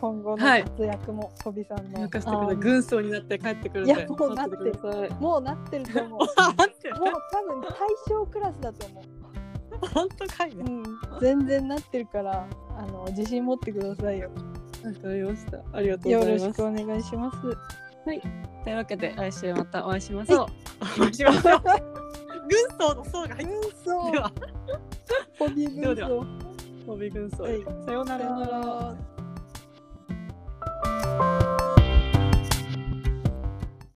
S3: 今後の
S2: はい
S3: 活躍も、とびさん
S2: 任
S3: の
S2: せてください軍曹になって帰ってくるん
S3: い
S2: で
S3: やもうなってる
S2: 待ください
S3: もうなってると思うもう 多分対象クラスだと思う
S2: 本当かいね
S3: うん全然なってるからあの自信持ってくださ いよ
S2: わかりましたありがとうご
S3: よ
S2: ざ
S3: ろ
S2: い
S3: し
S2: ます
S3: くお願いします
S2: というわけで来週またお会いしましょう
S6: お会いしましょう軍曹の層が入っ
S3: 軍曹
S2: では
S3: ホビー
S2: では
S3: 軍
S2: では
S3: 曹
S2: 飛び軍曹
S3: はい
S2: さようなら
S3: さようなら